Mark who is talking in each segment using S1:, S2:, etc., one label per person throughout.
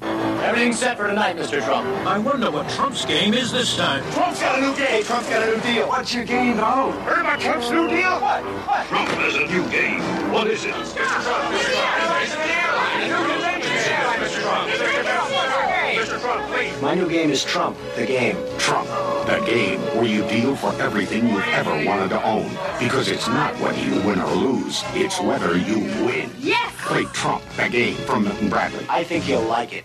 S1: Everything's set for tonight, Mr. Trump.
S2: I wonder what Trump's game is this time.
S1: Trump's got a new game. Trump's got a new deal.
S3: What's your game, Donald?
S1: Heard about Trump's new deal? What? What?
S2: Trump has a new game. What is it?
S3: My new game is Trump, the game.
S4: Trump, the game where you deal for everything you've ever wanted to own. Because it's not whether you win or lose, it's whether you win.
S5: Yes!
S4: Play Trump, the game from Milton Bradley.
S3: I think you'll like it.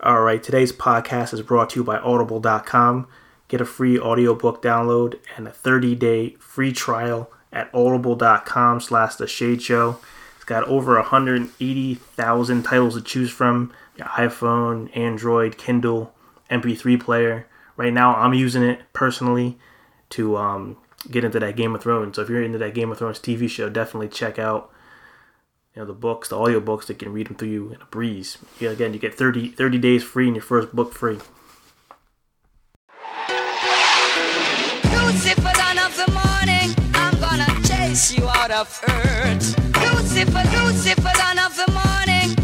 S6: All right, today's podcast is brought to you by Audible.com. Get a free audiobook download and a 30-day free trial at audible.com slash the shade show. It's got over 180,000 titles to choose from. Your iPhone, Android, Kindle, MP3 player. Right now, I'm using it personally to um, get into that Game of Thrones. So if you're into that Game of Thrones TV show, definitely check out you know the books, the audiobooks that can read them through you in a breeze. Yeah, again, you get 30, 30 days free and your first book free.
S7: Lucifer, dawn of the morning, I'm gonna chase you out of earth. Lucifer, Lucifer, dawn of the morning.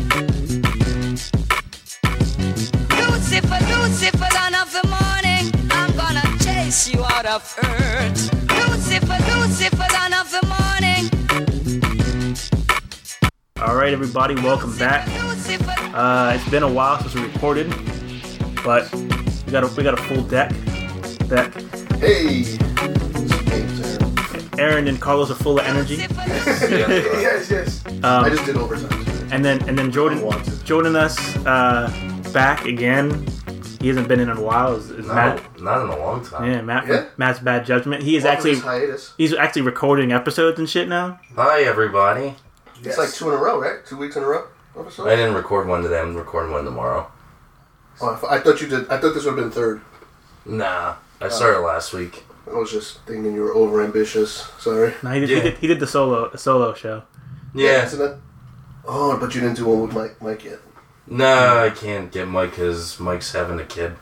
S7: Lucifer, Lucifer, dawn of the morning, I'm gonna chase you out of earth. Lucifer, Lucifer, dawn of the morning.
S6: All right, everybody, welcome back.
S7: Lucifer.
S6: Uh, it's been a while since we recorded, but we got a, we got a full deck. Deck.
S8: Hey. Names there.
S6: Aaron and Carlos are full of energy,
S8: yes, yes. I just did overtime. today.
S6: and then and then Jordan
S8: Want to.
S6: Jordan us uh, back again. He hasn't been in a while. Is, is Matt?
S9: Not in a long time.
S6: Yeah, Matt.
S8: Yeah.
S6: Matt's bad judgment. He is
S8: Welcome
S6: actually
S8: to this hiatus.
S6: he's actually recording episodes and shit now.
S9: Hi everybody.
S8: It's like two in a row, right? Two weeks in a row. Episode?
S9: I didn't record one today. I'm recording one tomorrow.
S8: Oh, I thought- I thought you did. I thought this would have been third.
S9: Nah, I started last week.
S8: I was just thinking you were over ambitious. Sorry.
S6: No, he did,
S9: Yeah.
S6: he did, he did the solo the solo show.
S9: Yeah.
S8: Isn't it? Oh, but you didn't do one with Mike, Mike yet.
S9: Nah, I can't get Mike because Mike's having a kid.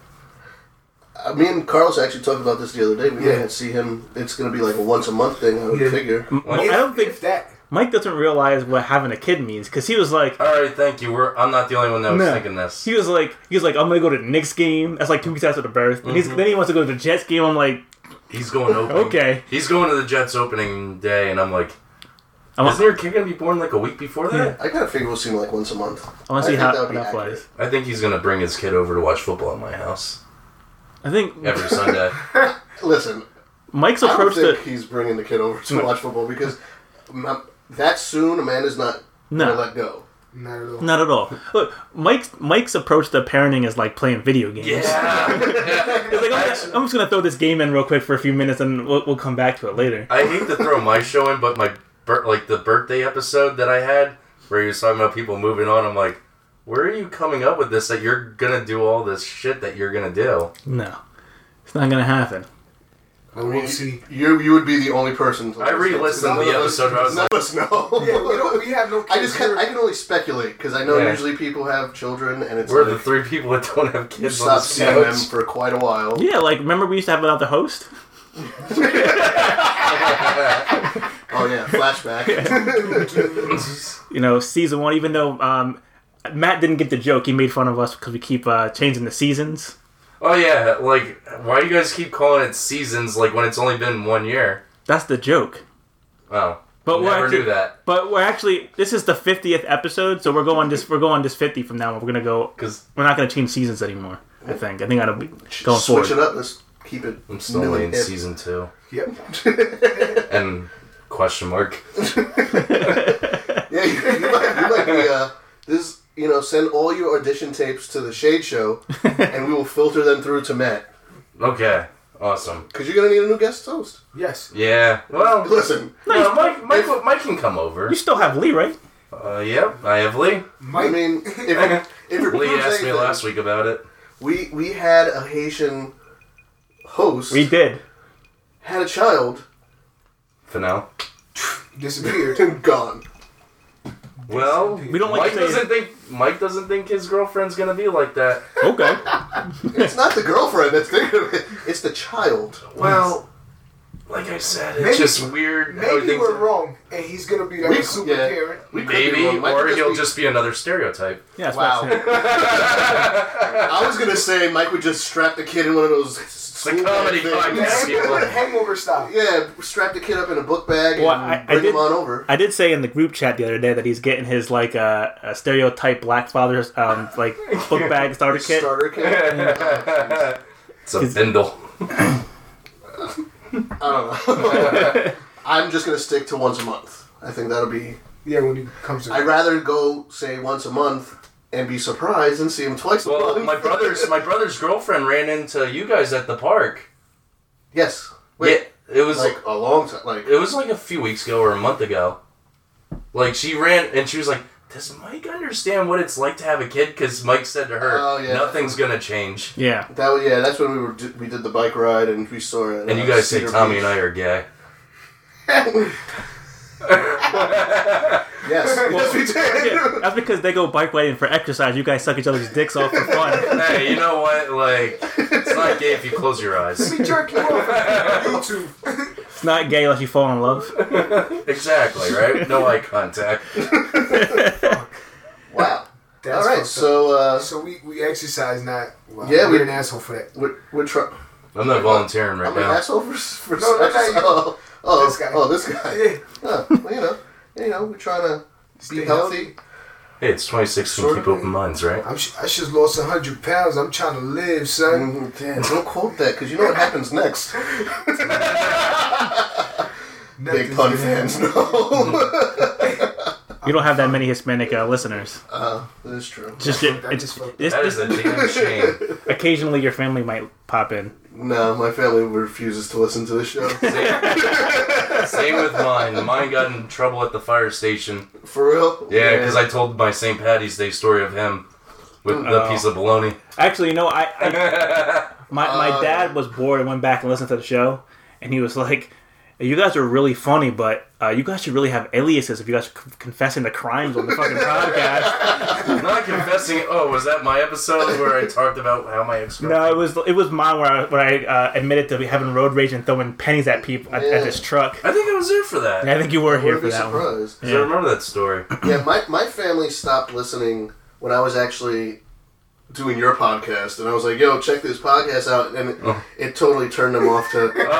S8: Uh, me and Carlos actually talked about this the other day. We yeah. didn't see him. It's gonna be like a once a month thing. I would figure.
S9: Mm.
S6: Well, I don't think
S8: that.
S6: Mike doesn't realize what having a kid means because he was like,
S9: All right, thank you. We're, I'm not the only one that was
S6: No.
S9: thinking this.
S6: he was like, he was like, I'm gonna go to the Knicks game. That's like two weeks after the birth. And he's,
S8: Mm-hmm.
S6: then he wants to go to the Jets game. I'm like,
S9: He's going opening.
S6: Okay.
S9: He's going to the Jets opening day, and I'm like,
S6: I want,
S9: isn't your kid gonna be born like a week before that?
S8: I kind of figure we'll see him like once a month.
S6: I want to see
S8: think
S6: how
S8: that
S6: how
S8: would be
S6: that
S8: accurate.
S6: plays.
S9: I think he's gonna bring his kid over to watch football at my house
S6: I think
S9: every Sunday.
S8: Listen,
S6: Mike's
S8: I don't
S6: approach
S8: think
S6: to
S8: he's bringing the kid over to watch football because um, that soon a man is not
S6: No.
S8: gonna let go.
S6: not at all. Look, Mike's Mike's approach to parenting is like playing video games.
S9: yeah.
S6: It's like, I'm, gonna- I'm just gonna throw this game in real quick for a few minutes and we'll, we'll come back to it later.
S9: I hate to throw my show in, but my bir- like the birthday episode that I had where he was talking about people moving on, I'm like, where are you coming up with this that you're gonna do all this shit that you're gonna do?
S6: No, it's not gonna happen.
S8: I mean, you, you you would be the only person. To
S9: I re-listened to the episode where I was
S8: None
S9: like,
S8: of us know.
S10: Yeah, we don't. We have no.
S8: I just can, I can only speculate because I know
S9: Yeah.
S8: usually people have children and it's
S9: we're the
S8: like,
S9: three people that don't have kids on
S8: stop
S9: this
S8: seeing them
S9: couch.
S8: for quite a while.
S6: Yeah, like remember we used to have another host.
S8: Oh yeah, flashback.
S6: you know, season one, even though um, Matt didn't get the joke, he made fun of us because we keep uh, changing the seasons.
S9: Oh yeah, like why do you guys keep calling it seasons like when it's only been one year?
S6: That's the joke.
S9: Oh,
S6: But we're
S9: never
S6: actually,
S9: knew that
S6: But we're actually this is the fiftieth episode, so we're going just we're going just fifty from now on. We're gonna go
S9: because
S6: we're not gonna change seasons anymore. I think I think that'll be going
S8: Switch
S6: forward.
S8: it up. Let's keep it.
S9: I'm still
S8: new
S9: only in
S8: and hip.
S9: season two
S10: Yep.
S9: and question mark.
S8: Yeah, you, you might, you might be. Uh, this you know, send all your audition tapes to the Shade Show, and we will filter them through to Matt
S9: Okay, awesome.
S8: because you're gonna need a new guest host.
S10: Yes.
S9: Yeah, well,
S8: Listen,
S9: no, Mike, Mike, Mike can come over.
S6: You still have Lee, right?
S9: Uh, yep, I have Lee.
S8: I mean, if, it- if it
S9: Lee
S8: proves
S9: asked me
S8: anything,
S9: last week about it.
S8: We we had a Haitian host
S6: We did.
S8: had a child
S9: For now.
S10: Disappeared.
S8: and gone.
S9: Well,
S6: We don't like
S9: Mike
S6: to say-
S9: doesn't think Mike doesn't think his girlfriend's gonna be like that.
S6: Okay.
S8: It's not the girlfriend that's thinking of it. It's the child.
S9: Well, Like I said, it's
S10: Maybe-
S9: just weird. how
S10: Maybe
S9: things-
S10: we're wrong, and he's gonna be like
S8: We-
S10: a super
S8: yeah.
S10: parent.
S8: We could be
S9: Maybe,
S8: wrong. Michael
S9: or
S8: could
S9: he'll
S8: be-
S9: just be another stereotype.
S6: Yeah, that's
S8: Wow.
S6: what I'm saying.
S8: I was gonna say Mike would just strap the kid in one of those.
S9: a
S8: school bag
S9: comedy
S8: things.
S9: podcast. Yeah.
S10: Hangover style.
S8: Yeah, strap the kid up in a book bag and
S6: Well, I- I
S8: bring
S6: did-
S8: him on over.
S6: I did say in the group chat the other day that he's getting his like uh, a stereotype black father's um, like book bag starter kit.
S8: Starter kit.
S9: It's a bindle.
S8: I'm just gonna stick to once a month. I think that'll be.
S10: Yeah, when he comes
S8: I'd
S10: to
S8: rather go say once a month and be surprised and see him twice a
S9: Well,
S8: month.
S9: my brother's my brother's girlfriend ran into you guys at the park.
S8: yes. Wait.
S9: yeah, it was
S8: Like a long time. Like
S9: it was like a few weeks ago or a month ago. Like she ran and she was like, "Does Mike understand what it's like to have a kid?" Because Mike said to her,
S8: Oh, yeah.
S9: "Nothing's gonna change."
S6: Yeah,
S8: that. was- Yeah, that's when we were d- we did the bike ride and we saw it.
S9: And you guys say Tommy and I are gay.
S8: Yes. Well,
S6: Yeah, that's because they go bike riding for exercise. You guys suck each other's dicks off for fun.
S9: Hey, you know what? Like, it's not gay if you close your eyes.
S10: jerk you off on YouTube.
S6: It's not gay unless you fall in love.
S9: Exactly right. No eye contact.
S8: wow.
S10: That's
S8: All right.
S10: fucked
S8: So uh,
S10: up. so we we exercise not. Well,
S8: Yeah,
S10: yeah,
S8: we-
S10: we're an asshole for that.
S8: we're, we're trying.
S9: I'm not volunteering right
S8: I'm an
S9: now.
S8: asshole for, for
S10: No, no, no, you-
S8: Oh, oh,
S10: This guy.
S8: oh, this guy.
S10: Yeah.
S8: Huh, well, you know, you know, we're trying to be
S10: Stay
S8: healthy.
S9: Hey, it's 2016.
S8: Sort of
S9: Keep open minds, right?
S10: I'm sh- I just lost hundred pounds. I'm trying to live, son.
S8: Mhm, Dan, don't quote that because you know what happens next. Big
S10: Nothing's
S8: pun
S10: gonna
S8: fans know.
S6: You don't have that many Hispanic uh, listeners.
S8: that is true.
S6: Just, it,
S10: That just fucked
S6: it's
S9: That
S6: just
S9: is a damn shame.
S6: occasionally your family might pop in.
S8: No, my family refuses to listen to the show.
S9: Same with mine. Mine got in trouble at the fire station.
S8: For real?
S9: Yeah, because I told my St. Patty's Day story of him with the
S6: Oh.
S9: piece of bologna.
S6: Actually, you know, I, I my my dad was bored and went back and listened to the show, and he was like, "You guys are really funny, but uh, you guys should really have aliases if you guys are c- confessing the crimes on the fucking podcast."
S9: I'm not confessing. Oh, was that my episode where I talked about how my ex?
S6: no, it was it was mine where I, where I uh, admitted to having road rage and throwing pennies at people at, at this truck.
S9: I think I was there for that.
S6: And I think you were here
S8: Wouldn't
S6: for
S8: be
S6: that one.
S8: surprised.
S9: I remember that story.
S8: Yeah, my, my family stopped listening when I was actually doing your podcast, and I was like, yo, check this podcast out, and it,
S6: Oh.
S8: it totally turned them off to listening to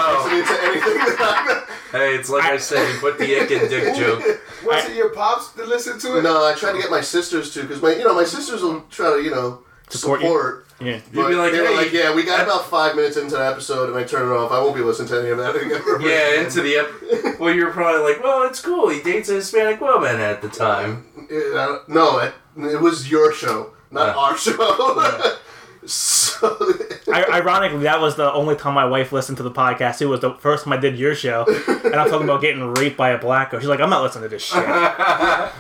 S8: anything that
S9: Oh, Hey, it's like I, said, you put the ick and dick joke.
S10: up. Was it your pops to listen to
S8: I...
S10: it?
S8: No, I tried to get my sisters to, because, my, you know, my sisters will try to, you know,
S6: Support
S8: support,
S6: you. Yeah.
S8: but
S9: be like,
S8: they were
S9: "Hey."
S8: like, yeah, we got about five minutes into the episode, and I turned it off. I won't be listening to any of that. ever."
S9: Yeah, into the ep- well, you're probably like, well, it's cool. He dates a Hispanic woman at the time.
S8: It- uh, no, it, it was your show, not
S9: Yeah.
S8: our show. so...
S6: I, ironically, that was the only time my wife listened to the podcast. It was the first time I did your show, and I'm talking about getting raped by a black girl. She's like, "I'm not listening to this shit."
S8: Uh-huh.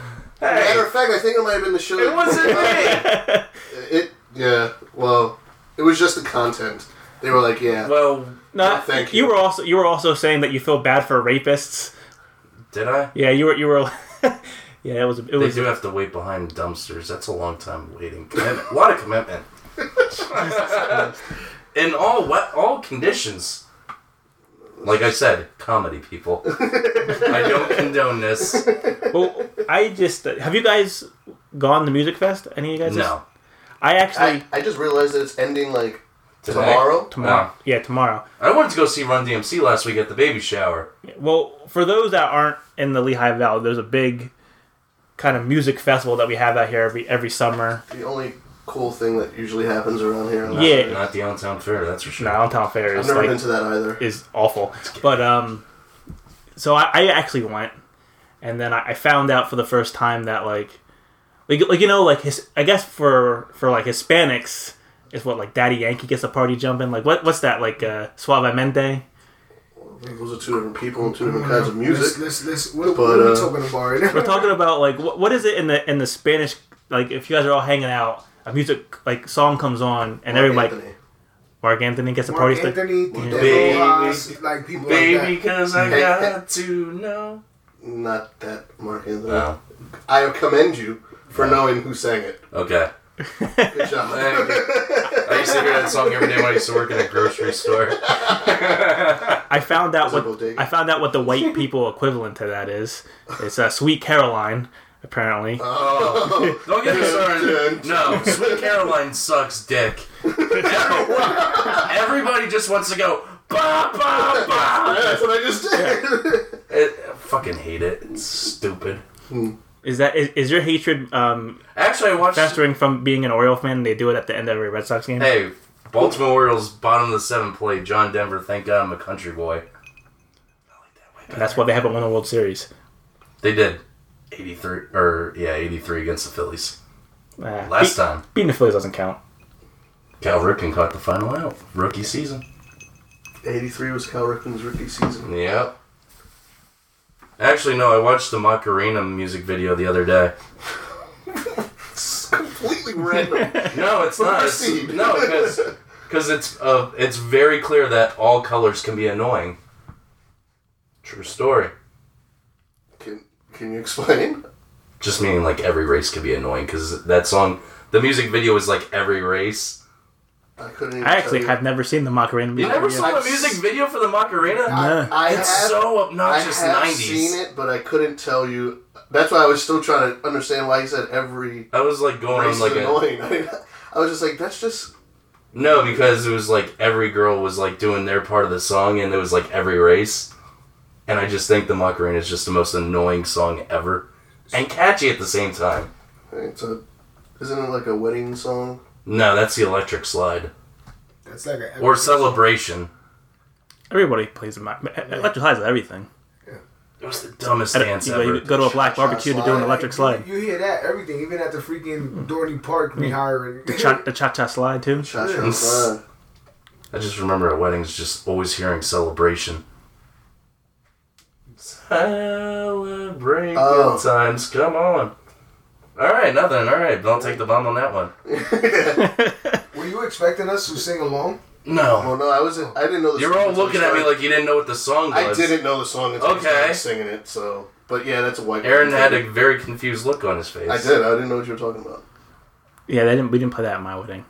S8: Matter of fact, I think it might have been the show.
S9: It wasn't me.
S8: It yeah. Well, it was just the content. They were like, yeah.
S9: Well,
S6: No,
S8: Oh, thank
S6: you.
S8: you.
S6: were also you were also saying that you feel bad for rapists.
S9: did I?
S6: Yeah, you were you were. yeah, it was it
S9: They
S6: was
S9: do have to wait behind dumpsters. That's a long time waiting. Commitment. A lot of commitment. In all wet, all conditions. Like I said, comedy people. I don't condone this.
S6: well, I just have you guys gone to Music Fest? Any of you guys?
S9: No.
S6: I actually
S8: I, I just realized that it's ending like
S9: Today?
S8: tomorrow.
S6: tomorrow.
S9: No.
S6: Yeah, tomorrow.
S9: I wanted to go see Run DMC last week at the baby shower.
S6: Well, for those that aren't in the Lehigh Valley, there's a big kind of music festival that we have out here every every summer.
S8: The only cool thing that usually happens around here.
S6: Yeah.
S9: Not the downtown fair, that's for sure.
S6: Downtown Fair
S8: I've
S6: is
S8: never
S6: like
S8: been to that either.
S6: is awful. But um, so I, I actually went, and then I, I found out for the first time that like, like, like you know, like his, I guess for for like Hispanics is what like Daddy Yankee gets a party jumping. Like what what's that like uh, Suavemente?
S8: Those are two different people and two different kinds of
S10: Let's,
S8: music.
S10: let's, let's, what,
S8: But,
S10: what are we
S8: uh,
S10: talking about right now?
S6: We're talking about like what, what is it in the in the Spanish like if you guys are all hanging out. A music like song comes on and everybody
S8: Anthony.
S6: Mark Anthony gets a
S10: Mark
S6: party. It's like-
S10: Anthony,
S9: Baby.
S10: Tito Rojas, like people
S9: Baby,
S10: like
S9: because I
S8: Hey,
S9: got to know.
S8: Not that Mark Anthony.
S9: No.
S8: I commend you for knowing who sang it.
S9: Oh, Okay.
S8: Good job.
S9: I used to hear that song every day when I used to work in a grocery store.
S6: I found out
S8: Is it
S6: what
S8: bodega?
S6: I found out what the white people equivalent to that is. It's uh, Sweet Caroline, apparently.
S9: Don't get me started. No, Sweet Caroline sucks dick. Everyone- Everybody just wants to go. Bah, bah, bah.
S8: That's what I just did.
S9: It, I fucking hate it. It's stupid.
S6: Is that is, is your hatred um,
S9: Actually, I watched.
S6: festering from being an Oriole fan? and They do it at the end of every Red Sox game.
S9: Hey, Baltimore Orioles bottom of the seventh play. John Denver. Thank God I'm a country boy.
S6: And that's why they haven't won a World Series.
S9: They did. 83 or yeah, 83 against the Phillies.
S6: Uh,
S9: Last
S6: be-
S9: time.
S6: beating the Phillies doesn't count.
S9: Cal Ripken caught the final out. Rookie season.
S8: 83 was Cal Ripken's rookie season.
S9: Yep. Actually, no. I watched the Macarena music video the other day.
S8: It's completely random.
S9: No, it's not. It's-
S8: Proceed.
S9: no, because it's uh, it's very clear that all colors can be annoying. True story.
S8: Can, can you explain?
S9: Just meaning like every race could be annoying because that song, the music video is like every race.
S8: I couldn't even
S6: I actually
S8: tell you.
S6: have never seen the Macarena. Uh,
S9: You
S6: music
S9: never
S6: video.
S9: saw the music video for the Macarena?
S6: No.
S8: I
S9: It's
S8: have-
S9: so
S8: I
S9: obnoxious.
S8: have
S9: Nineties.
S8: seen it, but I couldn't tell you. That's why I was still trying to understand why he said every
S9: I was like going
S8: race
S9: on like
S8: is
S9: a,
S8: annoying. I, mean, I was just like, that's just
S9: no because it was like every girl was like doing their part of the song and it was like every race, and I just think the Macarena is just the most annoying song ever, and catchy at the same time.
S8: it's a. Isn't it like a wedding song?
S9: No, that's the electric slide
S10: That's like a
S9: or celebration.
S6: Everybody plays the Mac- uh, electric slides. are Everything.
S9: It was the dumbest
S6: uh, You
S9: dance
S6: go- you
S9: ever.
S6: go to a black barbecue to do an
S8: slide.
S6: electric slide.
S10: You, you hear that? Everything, even at the freaking Dorney Park rehiring.
S6: Cha- Hmm. the cha cha slide too.
S8: Cha cha cha.
S9: I just remember at weddings just always hearing celebration. Celebrate
S8: Oh.
S9: good times. Come on. All right, nothing. All right, don't take the bomb on that one.
S10: Were you expecting us to sing along?
S9: No,
S8: Well, no, I wasn't. I didn't know the.
S9: you were
S8: song
S9: all
S8: until
S9: looking
S8: we
S9: at me
S8: started-
S9: like you didn't know what the song
S8: I
S9: was.
S8: didn't know the song until okay.
S9: Okay.
S8: started singing it. So, but yeah, that's a white.
S9: Aaron
S8: girl
S9: had
S8: thing.
S9: a very confused look on his face.
S8: I did. I didn't know what you were talking about.
S6: Yeah, they didn't. We didn't play that at my wedding.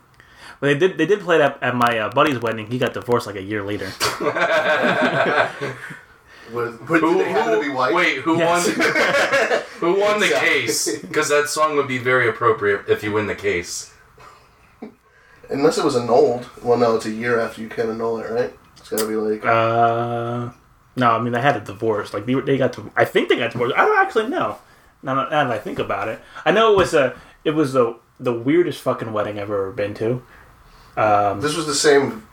S6: But they did. They did play that at my uh, buddy's wedding. He got divorced like a year later.
S8: What, what,
S9: Who,
S8: did they happen
S9: who-
S8: to be white?
S9: Wait, who
S6: Yes.
S9: won? who won the
S8: Exactly.
S9: case? Because that song would be very appropriate if you win the case.
S8: Unless it was annulled. Well, no, it's a year after you can annul it, right? It's gotta be like.
S6: Uh, no, I mean they had a divorce. Like they, were- they got to. I think they got divorced. I don't actually know. Now, that- now that I think about it, I know it was a. It was the the weirdest fucking wedding I've ever been to.
S9: Um,
S8: This was the same.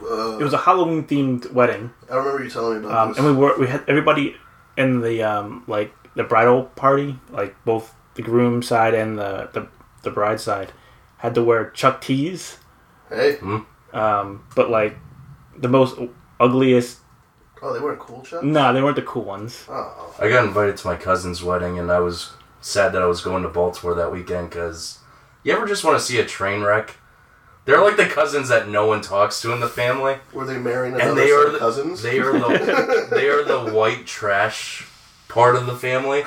S6: It was a Halloween themed wedding,
S8: I remember you telling me about
S6: um,
S8: this.
S6: and we were we had everybody in the um like the bridal party, like both the groom side and the the, the bride side, had to wear Chuck tees.
S8: hey,
S6: but like the most ugliest.
S8: oh, they weren't cool, Oh. Chuck.
S6: No, they weren't the cool ones.
S9: I got invited to my cousin's wedding, and I was sad that I was going to Baltimore that weekend because you ever just want to see a train wreck? They're like the cousins that no one talks to in the family,
S8: Were they marrying another
S9: and they
S8: set
S9: are
S8: of
S9: the,
S8: cousins?
S9: They are the they are the white trash part of the family.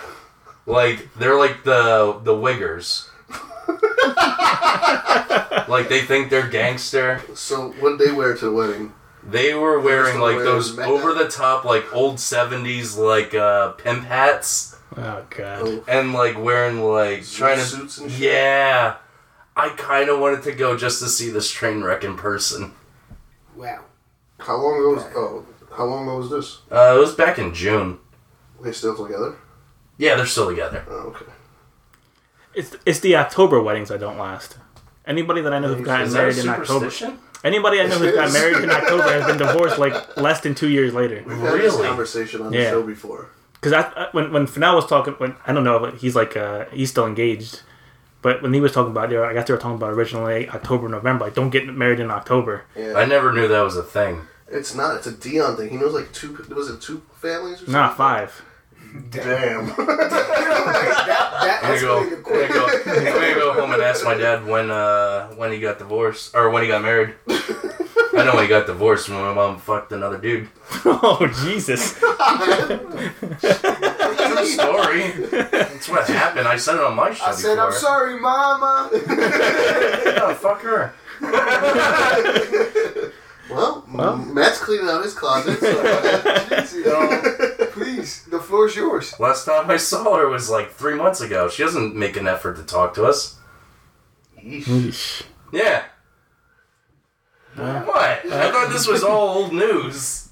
S9: Like they're like the the wiggers. like they think they're gangster.
S8: so what did they wear to the wedding?
S9: They were wearing
S8: still
S9: like
S8: wearing
S9: those
S8: meth.
S9: over the top like old seventies like uh, pimp hats.
S6: Oh god.
S8: Oh,
S9: and like wearing like trying to
S8: suits and shit?
S9: yeah i kind of wanted to go just to see this train wreck in person
S10: Wow.
S8: how long ago was? Oh, how long ago was this?
S9: uh, it was back in june
S8: They still together?
S9: yeah they're still together
S8: Oh, okay.
S6: It's it's the October weddings that don't last. Anybody that I know who's gotten
S9: is that a
S6: married in October.
S9: superstition
S6: Anybody I know who's got married in October has been divorced like less than two years later.
S8: We've had this
S9: Really?
S8: conversation on the
S6: Yeah.
S8: show before.
S6: Because I, I- when when Finale was talking, when I don't know, but he's like uh, he's still engaged. But when he was talking about, it, I guess they were talking about originally October, November. Like, don't get married in October.
S9: i never knew that was a thing
S8: It's not. It's a Dion thing. He knows like two. Was it two families? Or something?
S6: Nah, five.
S8: Damn.
S10: That
S9: i'm gonna go,
S10: escalated
S9: I'm gonna
S10: quick.
S9: go, I'm gonna go home and ask my dad when uh when he got divorced or when he got married I know I got divorced when my mom fucked another dude.
S6: Oh Jesus!
S9: True story. That's what happened. I said it on my show.
S10: I said, I'm sorry, mama.
S9: Yeah, fuck her.
S8: Well, M- Matt's cleaning out his closet. So
S10: No, Please, the floor's yours.
S9: Last time I saw her was like three months ago. She doesn't make an effort to talk to us.
S6: Yeesh.
S9: Yeah. what? I thought this was all old news.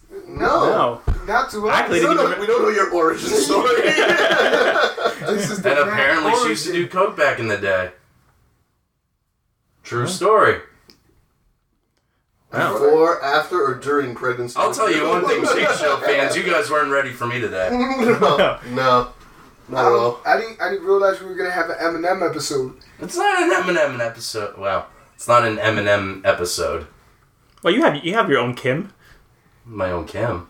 S6: No,
S8: no,
S10: Not to us.
S6: Actually,
S8: no,
S6: didn't
S8: no, we don't know your origin story.
S10: this is the
S9: And
S10: Matt
S9: apparently she used to do
S10: origin.
S9: coke back in the day. True story. Wow.
S8: Before, after, or during pregnancy.
S9: I'll tell you one thing, Shake Show fans, you guys weren't ready for me today.
S8: No,
S10: I,
S8: not at all.
S10: don't- I didn't. I didn't realize we were gonna have an Eminem episode.
S9: It's not an Eminem episode. Wow, it's not an Eminem episode.
S6: well, you have you have your own Kim.
S9: My own Kim.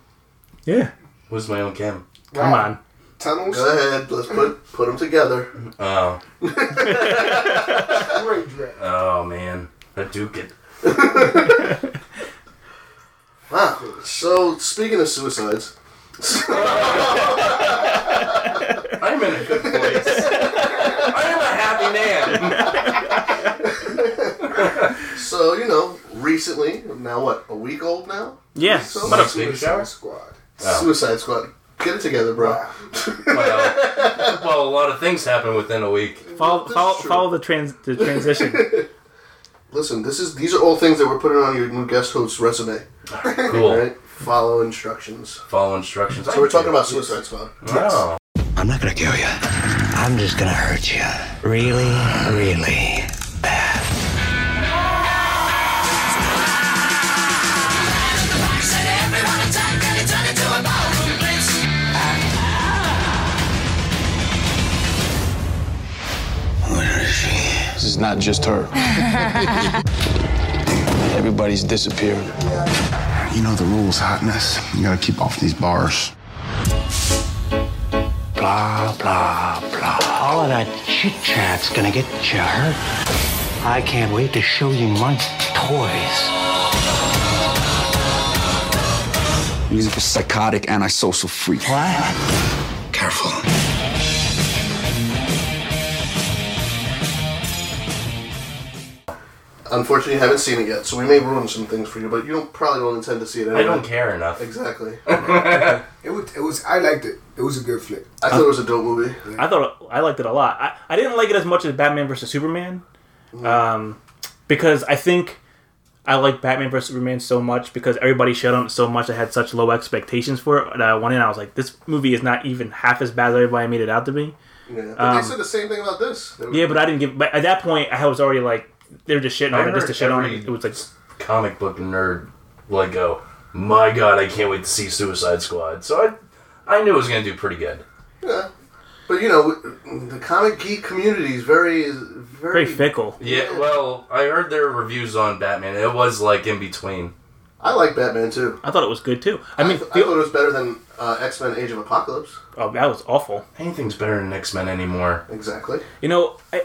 S6: Yeah,
S9: Who's my own Kim?
S6: come on.
S10: Tunnels.
S8: Go ahead. Let's put put them together.
S9: Oh,
S10: Great draft.
S9: oh man, a Duke it.
S8: Wow. So speaking of suicides,
S9: I'm in a good place. I'm a happy man.
S8: so you know, recently, now what, a week old now?
S6: Yeah,
S10: So
S6: but
S10: much
S9: Big
S10: Suicide
S9: Show?
S10: Squad.
S9: Oh,
S8: Suicide Squad. Get it together, bro.
S9: well, well, a lot of things happen within a week.
S6: follow
S8: This is
S6: follow,
S8: true.
S6: follow the trans the transition.
S8: Listen, this is these are all things that we're putting on your new guest host's resume. All
S9: Cool.
S8: right. Follow instructions.
S9: Follow instructions.
S8: So we're talking about Suicide Squad.
S9: Oh,
S3: I'm not gonna kill you. I'm just gonna hurt you. Really, really.
S5: This is not just her. Everybody's disappearing. You know the rules, hotness. You gotta keep off these bars.
S3: Blah, blah, blah. All of that chit chat's gonna get you hurt. I can't wait to show you my toys.
S5: He's a psychotic, antisocial freak.
S3: What?
S5: Careful.
S8: Unfortunately, you haven't seen it yet, so we may ruin some things for you, but you don't, probably don't intend to see it anyway.
S9: I don't care enough.
S8: Exactly.
S10: It was. It was. I liked it. It was a good flick.
S8: I thought it was a dope movie.
S6: I thought I liked it a lot. I, I didn't like it as much as Batman vs Superman, um, because I think I liked Batman vs Superman so much because everybody shut on it so much. I had such low expectations for it. And I went in, I was like, this movie is not even half as bad as everybody made it out to be.
S8: Yeah. But
S6: Um,
S8: they said the same thing about this. They were-
S6: Yeah, but I didn't give. But at that point, I was already like, they were just shitting
S9: I
S6: on it just
S9: heard
S6: to shit on
S9: every-
S6: it. It was like,
S9: comic book nerd like go, my god, I can't wait to see Suicide Squad. So I I knew it was gonna do pretty good.
S8: But you know, w- the comic geek community is very, is very.
S6: very fickle.
S9: Yeah, well, I heard their reviews on Batman. It was like in between.
S8: I like Batman too.
S6: I thought it was good too. I mean,
S8: I thought it was better than uh, X Men: Age of Apocalypse.
S6: oh, that was awful.
S9: Anything's better than X Men anymore.
S8: Exactly.
S6: You know, I,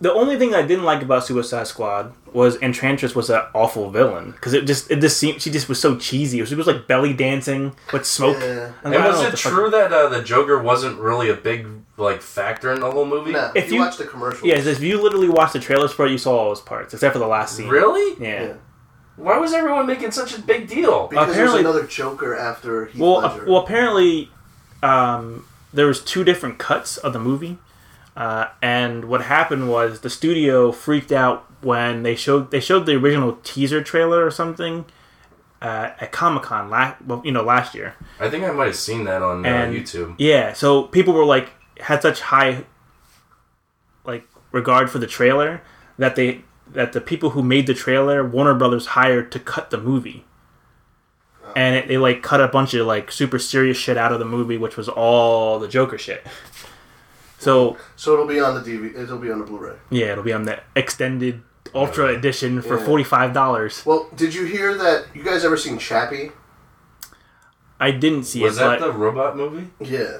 S6: the only thing I didn't like about Suicide Squad was Entrantress was an awful villain because it just it just seemed she just was so cheesy. She was like belly dancing with smoke.
S8: Yeah.
S6: I'm like,
S9: And
S6: I don't know
S9: was
S6: what
S9: it
S6: the fuck-
S9: true that uh, the Joker wasn't really a big like factor in the whole movie?
S8: No,
S6: If
S8: you,
S6: you-
S8: watch the commercial.
S6: Yeah, it's just- if you literally watched the trailers for it, you saw all those parts except for the last scene.
S9: Really?
S6: Yeah.
S8: Yeah.
S9: Why was everyone making such a big deal?
S8: Because there's
S6: Apparently-
S8: another Joker after Heath
S6: Well, uh,
S8: Ledger.
S6: well, apparently, um, there was two different cuts of the movie, uh, and what happened was the studio freaked out when they showed they showed the original teaser trailer or something uh, at Comic Con last well, you know last year.
S9: I think I might have seen that on uh,
S6: and
S9: YouTube.
S6: Yeah, so people were like had such high like regard for the trailer that they that the people who made the trailer Warner Brothers hired to cut the movie.
S9: Oh.
S6: And it, they like cut a bunch of like super serious shit out of the movie, which was all the Joker shit. So
S8: so it'll be on the DVD. It'll be on the Blu-ray.
S6: yeah, it'll be on the extended ultra edition for forty five dollars.
S8: Well, did you hear that? You guys ever seen Chappie?
S6: I didn't see
S9: Was
S6: it,
S9: that
S6: but
S9: the robot movie?
S8: Yeah.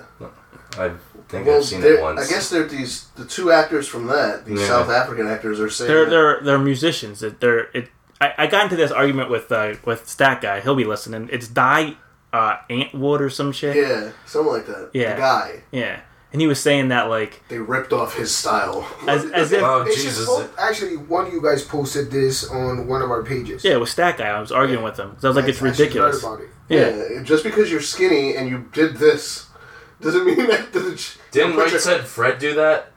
S9: I think
S8: Well,
S9: I've seen
S8: there-
S9: it once.
S8: I guess they're these the two actors from that, these
S9: Yeah.
S8: South African actors, are saying
S6: they're
S8: that-
S6: they're they're musicians. That they're it. I, I got into this argument with uh, with Stat Guy. He'll be listening. It's Die uh, Antwood or some shit.
S8: Yeah, something like that.
S6: Yeah.
S8: The guy.
S6: Yeah. And he was saying that, like.
S8: They ripped off his style.
S6: As, as if.
S10: They should po- actually, one of you guys posted this on one of our pages.
S6: Yeah, it was Stat Guy. I was arguing with him. 'Cause I was like, it's
S10: I should
S6: ridiculous.
S10: learn about it.
S6: Yeah.
S8: Just because you're skinny and you did this doesn't mean that. Doesn't,
S9: Didn't
S8: put
S9: Wright
S8: your-
S9: said Fred do that?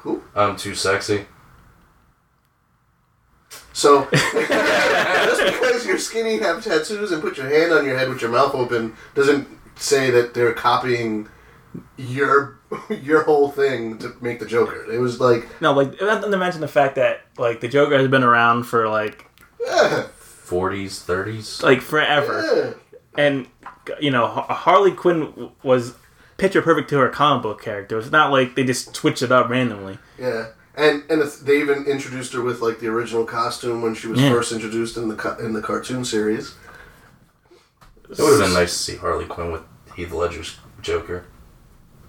S8: Who?
S9: I'm too sexy.
S8: So just because you're skinny, have tattoos, and put your hand on your head with your mouth open doesn't say that they're copying your your whole thing to make the Joker. It was like
S6: No, like, not to mention the fact that, like, the Joker has been around for, like,
S9: 40s, 30s.
S6: like forever. And you know, Ha- Harley Quinn w- was picture perfect to her comic book character. It's not like they just switched it up randomly.
S8: yeah. And and it's- they even introduced her with like the original costume when she was
S6: Yeah.
S8: first introduced in the co- in the cartoon series.
S9: It would have been nice to see Harley Quinn with Heath Ledger's Joker.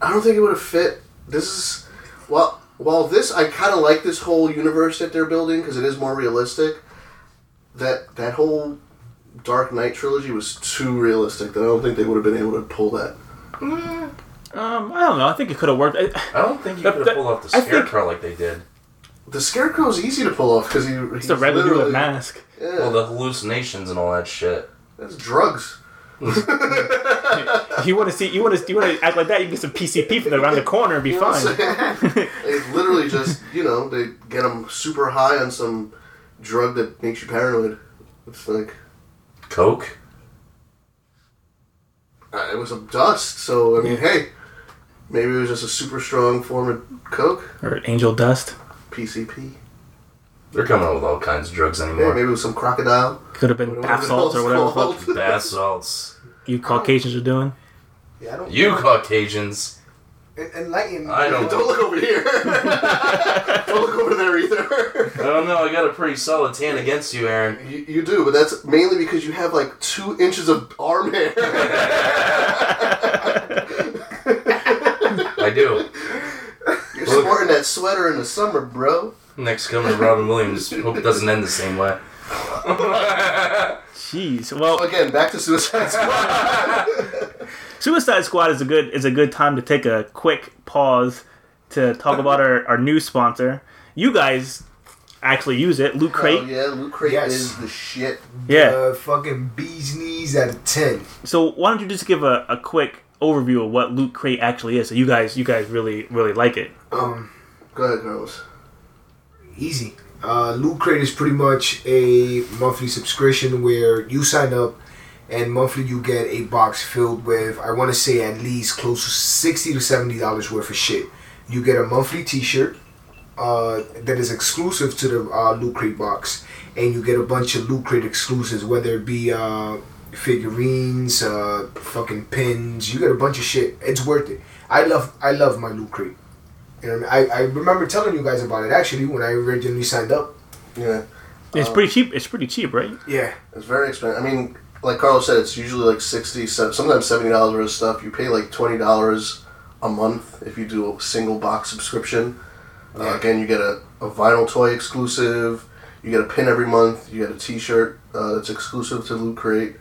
S8: I don't think it would have fit. This is well, while this I kind of like this whole universe that they're building because it is more realistic. That that whole Dark Knight trilogy was too realistic. That I don't think they would have been able to pull that.
S6: Um, I don't know. I think it could have worked. I,
S9: I don't think you
S6: That-
S9: could
S6: that-
S9: have pulled off the
S6: I think-
S9: scarecrow like they did.
S8: The Scarecrow's easy to pull off because he,
S6: it's
S8: he's
S6: the red
S8: literally-
S6: Lulu mask.
S8: Yeah,
S9: Well, the hallucinations and all that shit.
S8: that's drugs.
S6: You want to see? You want to? You want to act like that? You can get some PCP from around the corner and be fine.
S8: They literally just you know they get him super high on some drug that makes you paranoid. It's like
S9: Coke?
S8: uh, it was a dust. So I mean, hey, maybe it was just a super strong form of coke.
S6: Or angel dust
S8: PCP.
S9: They're coming out with all kinds of drugs
S8: Yeah,
S9: anymore.
S8: maybe it was some crocodile.
S6: could have been bath salts or whatever the fuck
S8: the
S9: Bath salts.
S6: you Caucasians are doing.
S10: Yeah, I don't.
S9: You Caucasians.
S10: En- Enlighten. me.
S9: I don't.
S8: Don't look over here. don't look over there either.
S9: I don't know. I got a pretty solid tan against you, Aaron.
S8: You, you do, but that's mainly because you have like two inches of arm hair.
S9: I do.
S8: You're sporting that sweater in the summer, bro.
S9: Next coming to Robin Williams. Hope it doesn't end the same way.
S6: Jeez. Well,
S8: Again, back to Suicide Squad.
S6: Suicide Squad is a good is a good time to take a quick pause to talk about our our new sponsor. You guys actually use it, Loot Crate.
S8: Oh, yeah, Loot Crate
S10: Yes.
S8: is the shit.
S6: Yeah.
S10: Uh, fucking bees knees out of ten.
S6: so why don't you just give a, a quick overview of what Loot Crate actually is? So you guys you guys really really like it.
S8: Go ahead, Carlos.
S10: Easy. Uh, Loot Crate is pretty much a monthly subscription where you sign up and monthly you get a box filled with, I want to say, at least close to 60 to $70 worth of shit. You get a monthly t shirt uh, that is exclusive to the uh, Loot Crate box, and you get a bunch of Loot Crate exclusives, whether it be uh, figurines, uh, fucking pins. You get a bunch of shit. It's worth it. I love, I love my Loot Crate. You know, what I, mean? I I remember telling you guys about it actually when I originally signed up.
S8: Yeah, Uh,
S6: It's pretty cheap. It's pretty cheap, right?
S10: Yeah,
S8: it's very expensive. I mean, like Carlos said, it's usually like 60 se- sometimes $70 worth of stuff. You pay like $20 a month if you do a single box subscription. Uh, again, you get a, a vinyl toy exclusive. You get a pin every month. You get a T-shirt uh, that's exclusive to Loot Crate.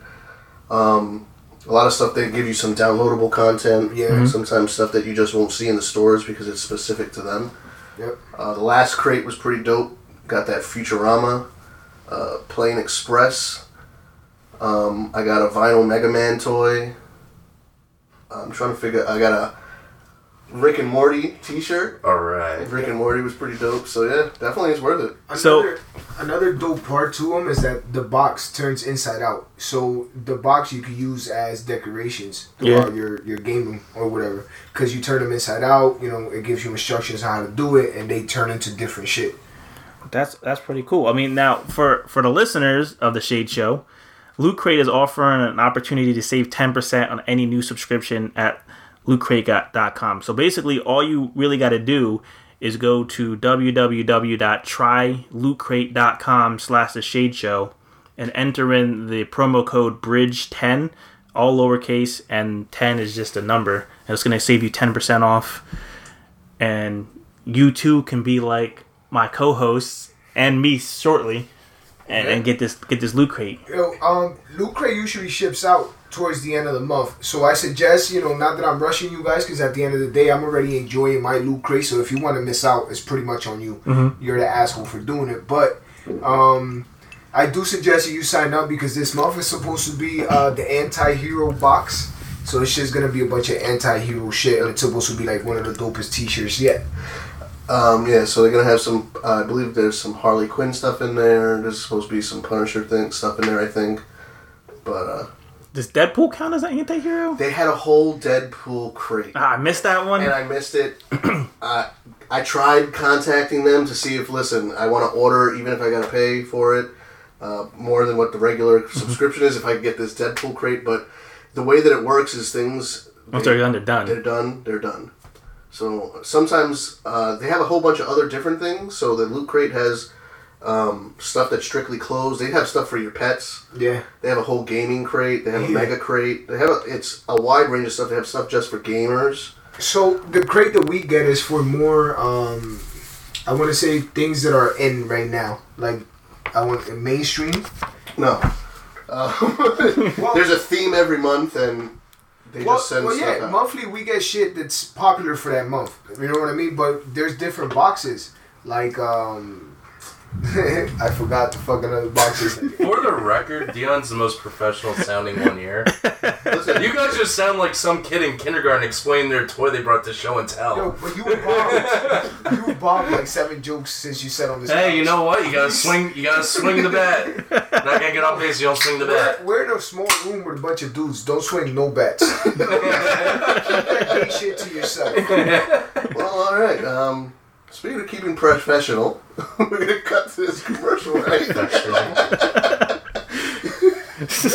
S8: Um, a lot of stuff they give you some downloadable content. Yeah. Sometimes stuff that you just won't see in the stores because it's specific to them.
S10: Yep.
S8: Uh, the last crate was pretty dope. Got that Futurama, uh, Plane Express. Um, I got a vinyl Mega Man toy. I'm trying to figure. I got a Rick and Morty T-shirt.
S9: All right.
S8: Rick and Morty was pretty dope, so yeah, definitely is worth it.
S6: So-
S10: Another, another dope part to them is that the box turns inside out. So the box you can use as decorations throughout your, your game room or whatever. Because you turn them inside out, you know, it gives you instructions on how to do it, and they turn into different shit.
S6: That's that's pretty cool. I mean, now for for the listeners of the Shade Show, Loot Crate is offering an opportunity to save ten percent on any new subscription at lootcrate.com. So basically, all you really got to do is go to www.trylootcrate.com slash the shade show and enter in the promo code bridge 10 all lowercase and 10 is just a number and it's going to save you 10% off and you too can be like my co-hosts and me shortly and, and get this get this loot crate.
S10: You know, um, Lucre usually ships out towards the end of the month, so I suggest you know not that I'm rushing you guys because at the end of the day I'm already enjoying my Lucre. So if you want to miss out, it's pretty much on you.
S6: Mhm.
S10: You're the asshole for doing it, but um, I do suggest that you sign up because this month is supposed to be uh, the anti-hero box. So it's just gonna be a bunch of anti-hero shit, and it's supposed to be like one of the dopest T-shirts yet.
S8: Um, yeah, so they're gonna have some. Uh, I believe there's some Harley Quinn stuff in there. There's supposed to be some Punisher thing stuff in there. I think, but uh,
S6: Does Deadpool count as an anti-hero? Ah,
S8: They had a whole Deadpool crate.
S6: I missed that one,
S8: and I missed it. uh, I tried contacting them to see if listen, I want to order even if I gotta pay for it uh, more than what the regular
S10: Mm-hmm.
S8: subscription is. If I could get this Deadpool crate, but the way that it works is things
S10: Oh,
S6: Once they're done, they're done.
S8: They're done. They're done. So sometimes uh, they have a whole bunch of other different things. So the loot crate has um, stuff that's strictly closed. They have stuff for your pets.
S10: Yeah.
S8: They have a whole gaming crate. They have a
S10: Yeah.
S8: mega crate. They have a, it's a wide range of stuff. They have stuff just for gamers.
S10: So the crate that we get is for more. Um, I want to say things that are in right now, like I want mainstream.
S8: No. Uh, There's a theme every month, and they
S10: well,
S8: just send
S10: well,
S8: stuff
S10: yeah,
S8: out.
S10: monthly we get shit that's popular for that month. You know what I mean? But there's different boxes. Like, um, I forgot the fucking other boxes.
S9: For the record, Dion's the most professional sounding one here. you guys just sound like some kid in kindergarten explaining their toy they brought to show and tell.
S10: you bombed like seven jokes since you said on this.
S9: hey, you
S10: couch.
S9: know what? You gotta swing. You gotta swing the bat. Not gonna get off base. You don't swing the bat.
S10: We're in a small room with a bunch of dudes. Don't swing no bats. Keep that gay shit to yourself.
S8: well, all right. Um, speaking of keeping professional, we're gonna cut to this commercial, right?
S6: so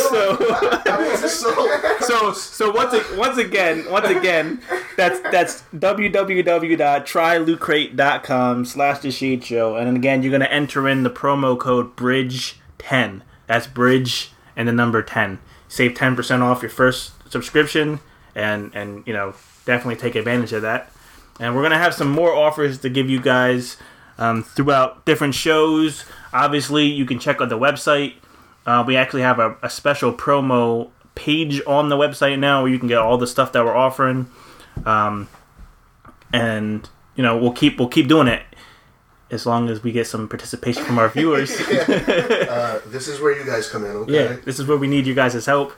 S6: so once a- once again once again that's that's www.trylootcrate.com slash the sheet show and then again you're going to enter in the promo code bridge 10 that's bridge and the number 10 save 10% off your first subscription and and you know definitely take advantage of that and we're going to have some more offers to give you guys um, throughout different shows obviously you can check out the website uh, we actually have a, a special promo page on the website now where you can get all the stuff that we're offering. Um, and you know we'll keep we'll keep doing it as long as we get some participation from our viewers.
S8: uh, this is where you guys come in, okay?
S6: Yeah, this is where we need you guys' help.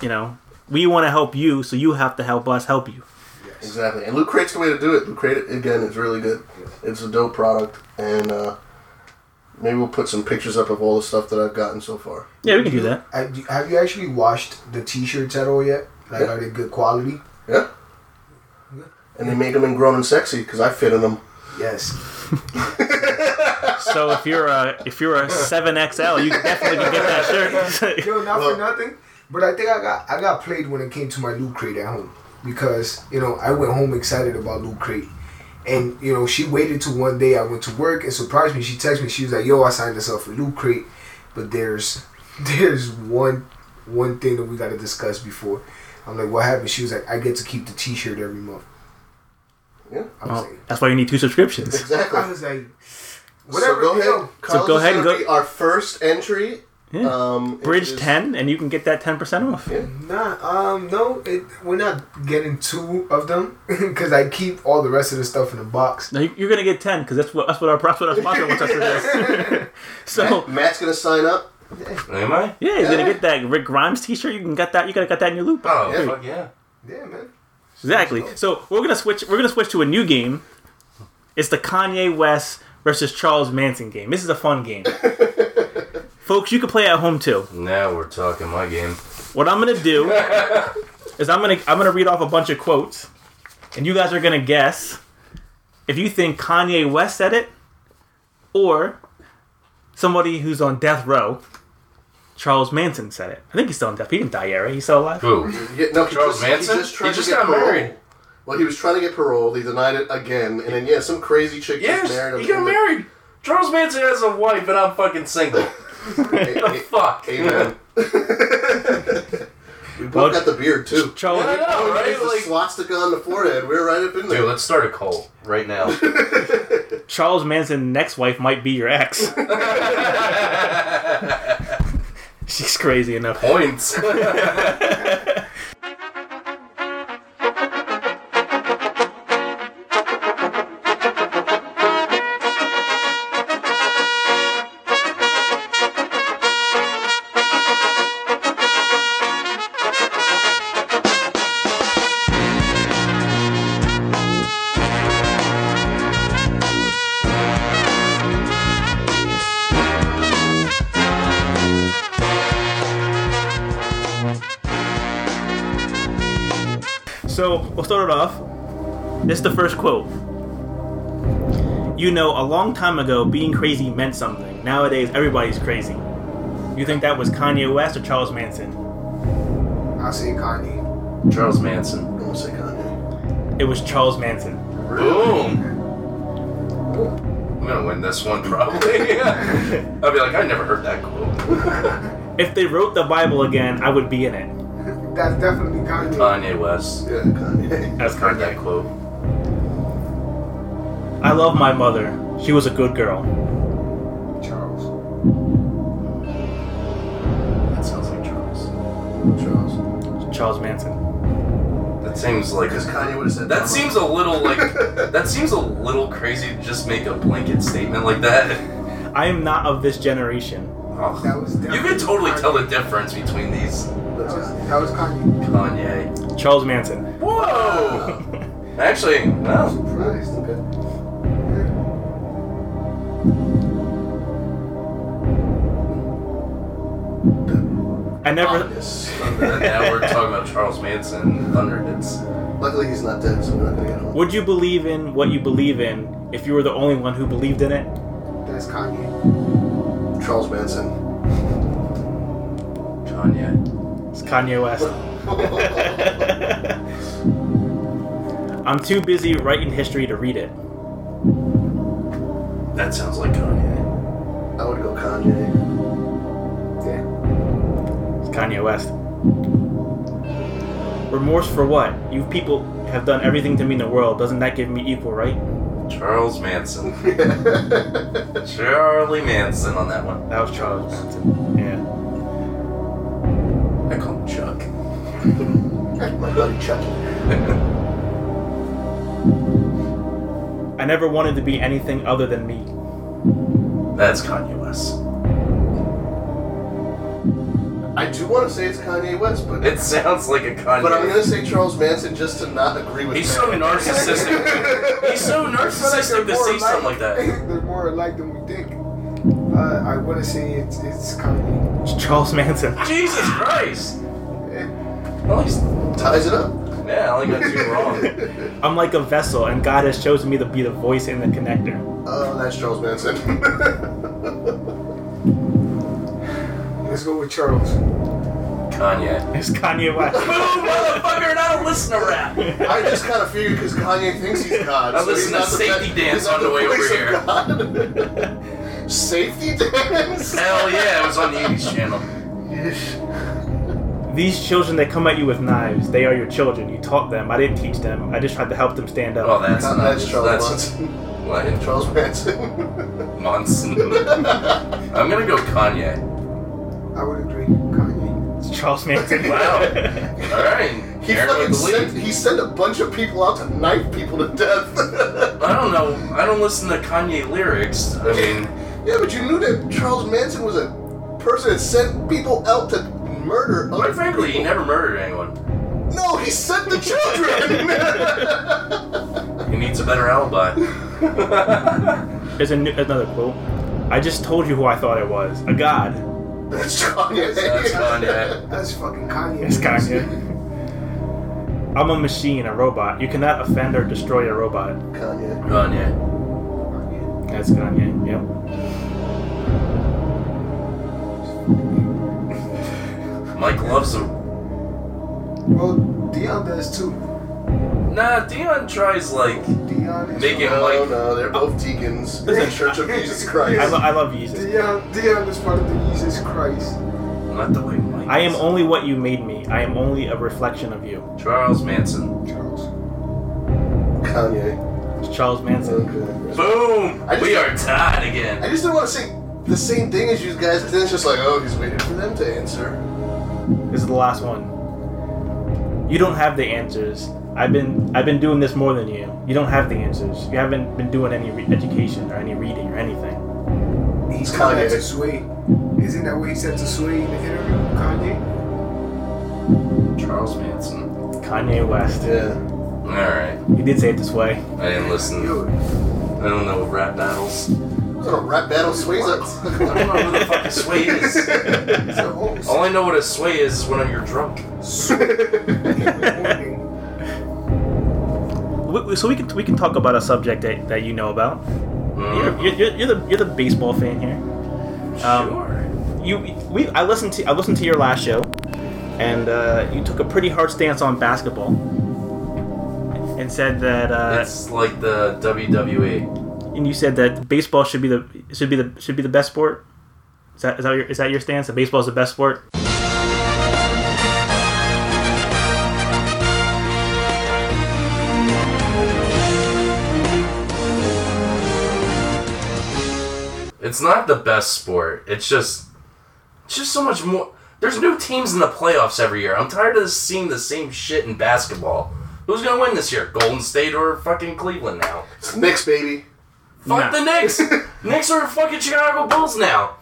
S6: You know, we want to help you, so you have to help us help you.
S8: Exactly. And Loot Crate's the way to do it. Loot Crate, again, is really good. It's a dope product. And uh, maybe we'll put some pictures up of all the stuff that I've gotten so far.
S6: Yeah, we can do that.
S10: Have you, have you actually washed the t-shirts at all yet? Like,
S8: Yeah.
S10: are they good quality?
S8: Yeah? And they make them in grown and sexy because I fit in them.
S10: Yes.
S6: So if you're a if you're a seven XL, you definitely can get that shirt.
S10: Yo, not for nothing, but I think I got I got played when it came to my loot crate at home because you know I went home excited about loot crate, and you know she waited till one day I went to work and surprised me. She texted me. She was like, "Yo, I signed us up for loot crate, but there's there's one one thing that we got to discuss before." I'm like, "What happened?" She was like, "I get to keep the T-shirt every month."
S8: Yeah.
S10: I was
S6: Well, that's why you need two subscriptions.
S10: like,
S8: Exactly.
S10: I was like,
S8: Whatever,
S10: Whatever,
S8: so go ahead.
S10: yo.
S8: Carlos
S6: go
S8: is
S6: ahead and
S8: gonna
S6: go-
S8: be our first entry.
S6: Yeah.
S8: Um, it
S6: Bridge
S8: is-
S6: ten, and you can get that ten percent off.
S10: Nah, um, no, it, we're not getting two of them because I keep all the rest of the stuff in the box.
S6: No, you- you're gonna get ten because that's what that's what our that's what our sponsor wants us to do. so
S8: Matt's going to sign up.
S9: Am I?
S6: yeah, he's gonna get that Rick Grimes T-shirt. You can get that. You gotta get that in your loop.
S9: Oh
S8: Yeah.
S9: fuck yeah!
S10: Yeah, man.
S6: exactly. So we're gonna switch. We're gonna switch to a new game. It's the Kanye West versus Charles Manson game. This is a fun game, folks. You can play at home too.
S9: Now we're talking my game.
S6: What I'm gonna do is I'm gonna I'm gonna read off a bunch of quotes, and you guys are gonna guess if you think Kanye West said it or somebody who's on death row. Charles Manson said it. I think he's still on death. He didn't die yet, right? He's still alive.
S9: Who?
S8: Yeah, no, he
S9: Charles
S8: just-
S9: Manson?
S8: He just, tried
S9: He just
S8: to get
S9: got
S8: parole.
S9: married.
S8: Well, he was trying to get parole. He denied it again. And then, yeah, some crazy chick
S9: Yes,
S8: just married him.
S9: he got married. Charles Manson has a wife, and I'm fucking single.
S8: married.
S9: Fuck.
S8: Amen. we both got the beard too.
S6: Charles,
S9: I know,
S8: There's
S9: Oh, right?
S8: a
S9: Like,
S8: swastika on the forehead. We're right up in
S9: Dude,
S8: there.
S9: let's start a cult right now.
S6: Charles Manson's next wife might be your ex. She's crazy enough.
S9: Points.
S6: So we'll start it off. This is the first quote. You know, a long time ago, being crazy meant something. Nowadays, everybody's crazy. You think that was Kanye West or Charles Manson?
S10: I say Kanye.
S9: Charles Manson.
S8: Don't say Kanye.
S6: It was Charles Manson.
S9: Boom. I'm gonna win this one probably. I'll be like, I never heard that quote.
S6: If they wrote the Bible again, I would be in it.
S10: That's definitely Kanye.
S9: Kanye West.
S8: Yeah, Kanye.
S6: That's
S9: Heard that
S6: Kanye.
S9: quote.
S6: I love my mother. She was a good girl.
S10: Charles.
S9: That sounds like Charles.
S8: Charles.
S6: Charles Manson.
S9: That seems like
S8: Because Kanye would have said
S9: That seems a little like that seems a little crazy to just make a blanket statement like that.
S6: I am not of this generation.
S9: Ugh.
S10: That was
S9: You
S10: definitely
S9: can totally
S10: Kanye.
S9: tell the difference between these
S10: That was, that was Kanye.
S9: Kanye.
S6: Charles Manson.
S9: Whoa! Actually, well,
S8: surprised. Okay.
S6: I never.
S8: Yes.
S9: now we're talking about Charles Manson and Thunderdits.
S8: Luckily, he's not dead, so we're not gonna get home.
S6: Would you believe in what you believe in if you were the only one who believed in it?
S10: That's Kanye.
S8: Charles Manson.
S9: Kanye.
S6: It's Kanye West. I'm too busy writing history to read it.
S9: That sounds like Kanye.
S8: I would go Kanye.
S10: Yeah.
S6: It's Kanye West. Remorse for what? You people have done everything to me in the world. Doesn't that give me equal right?
S9: Charles Manson. Charlie Manson on that one.
S6: That was Charles Manson. Yeah.
S9: I call him Chuck.
S8: My buddy Chucky.
S6: I never wanted to be anything other than me.
S9: That's Kanye West.
S8: I do want to say it's Kanye West, but
S9: It sounds like a Kanye.
S8: but I'm gonna say Charles Manson just to not agree with.
S9: He's
S8: Matt.
S9: so narcissistic. He's so narcissistic to say something like that.
S10: They're more alike than we think. Uh, I want to say it's it's Kanye.
S6: It's Charles Manson.
S9: Jesus Christ!
S10: Yeah.
S9: Well, he's,
S8: ties it up.
S9: yeah, I only got two wrong.
S6: I'm like a vessel, and God has chosen me to be the voice and the connector.
S8: Oh, that's Charles Manson.
S10: Let's go with Charles.
S9: Kanye.
S6: It's Kanye West.
S9: Oh, motherfucker, and I don't listen to rap.
S8: I just kind of figured because Kanye thinks he's God.
S9: I
S8: so he's
S9: listened to
S8: not the
S9: Safety
S8: best-
S9: Dance
S8: he's not
S9: on the way
S8: voice of
S9: over
S8: God. safety dance.
S9: Hell yeah, it was on the 80s channel.
S6: These children that come at you with knives, they are your children. You taught them. I didn't teach them. I just tried to help them stand up.
S9: Oh, that's
S8: Not
S9: not.
S8: that's Charles
S9: That's
S8: Manson.
S9: what?
S8: Charles Manson.
S9: Monson. I'm gonna go Kanye.
S10: I would agree. Kanye.
S6: It's Charles Manson.
S9: Wow. Alright.
S8: He
S9: Aaron
S8: fucking
S9: with the lead.
S8: sent, he sent a bunch of people out to knife people to death.
S9: I don't know. I don't listen to Kanye lyrics. I mean,
S8: yeah, but you knew that Charles Manson was a person that sent people out to murder other
S9: quite frankly, he
S8: people.
S9: never murdered anyone.
S8: No, he sent the children.
S9: He needs a better alibi.
S6: There's a new, another quote. I just told you who I thought it was. A god.
S8: That's Kanye.
S9: That's Kanye.
S10: That's fucking Kanye.
S6: It's Kanye. I'm a machine, a robot. You cannot offend or destroy a robot.
S8: Kanye.
S9: Kanye.
S6: That's Kanye. Yep.
S9: Mike loves him.
S10: Well, Dion does too.
S9: Nah, Dion tries like
S10: Dion is.
S9: making
S8: No,
S9: Mike.
S8: no, they're both deacons in the Church of Jesus Christ.
S6: I, lo- I love Jesus.
S10: Dion, Dion is part of the Jesus Christ.
S9: Not the way Mike.
S6: I am
S9: is.
S6: only what you made me. I am only a reflection of you.
S9: Charles Manson.
S10: Charles.
S8: Kanye.
S6: It's Charles Manson.
S8: Okay.
S9: Boom.
S8: I just-
S9: We are tied again.
S8: I just didn't want to say the same thing as you guys. Then it's just like, oh, he's waiting for them to answer.
S6: This is the last one. You don't have the answers. I've been I've been doing this more than you. You don't have the answers. You haven't been doing any re- education or any reading or anything.
S10: He's
S8: Kanye.
S10: coming to Sway. Isn't that what he said to Sway in the interview? Kanye?
S9: Charles Manson.
S6: Kanye West.
S8: Yeah.
S9: All right.
S6: He did say it this way.
S9: I didn't listen.
S10: Yo,
S9: I don't know rap battles.
S8: What a rap battle sways up.
S9: I don't know who the fuck a sway is. All I know what a sway is is when you're drunk.
S6: We- we- So we can we can talk about a subject that, that you know about.
S8: Uh-huh.
S6: You're, you're, you're, you're the you're the baseball fan here. Um, You we I listened to I listened to your last show, and uh, you took a pretty hard stance on basketball, and said that uh,
S9: It's like the E. WWE.
S6: and you said that baseball should be the should be the should be the best sport. Is that is that your, is that your stance? That baseball is the best sport.
S9: It's not the best sport. It's just, it's just so much more. There's new teams in the playoffs every year. I'm tired of seeing the same shit in basketball. Who's gonna win this year? Golden State or fucking Cleveland now?
S8: Knicks, baby.
S9: Fuck the Knicks. Knicks are fucking Chicago Bulls now.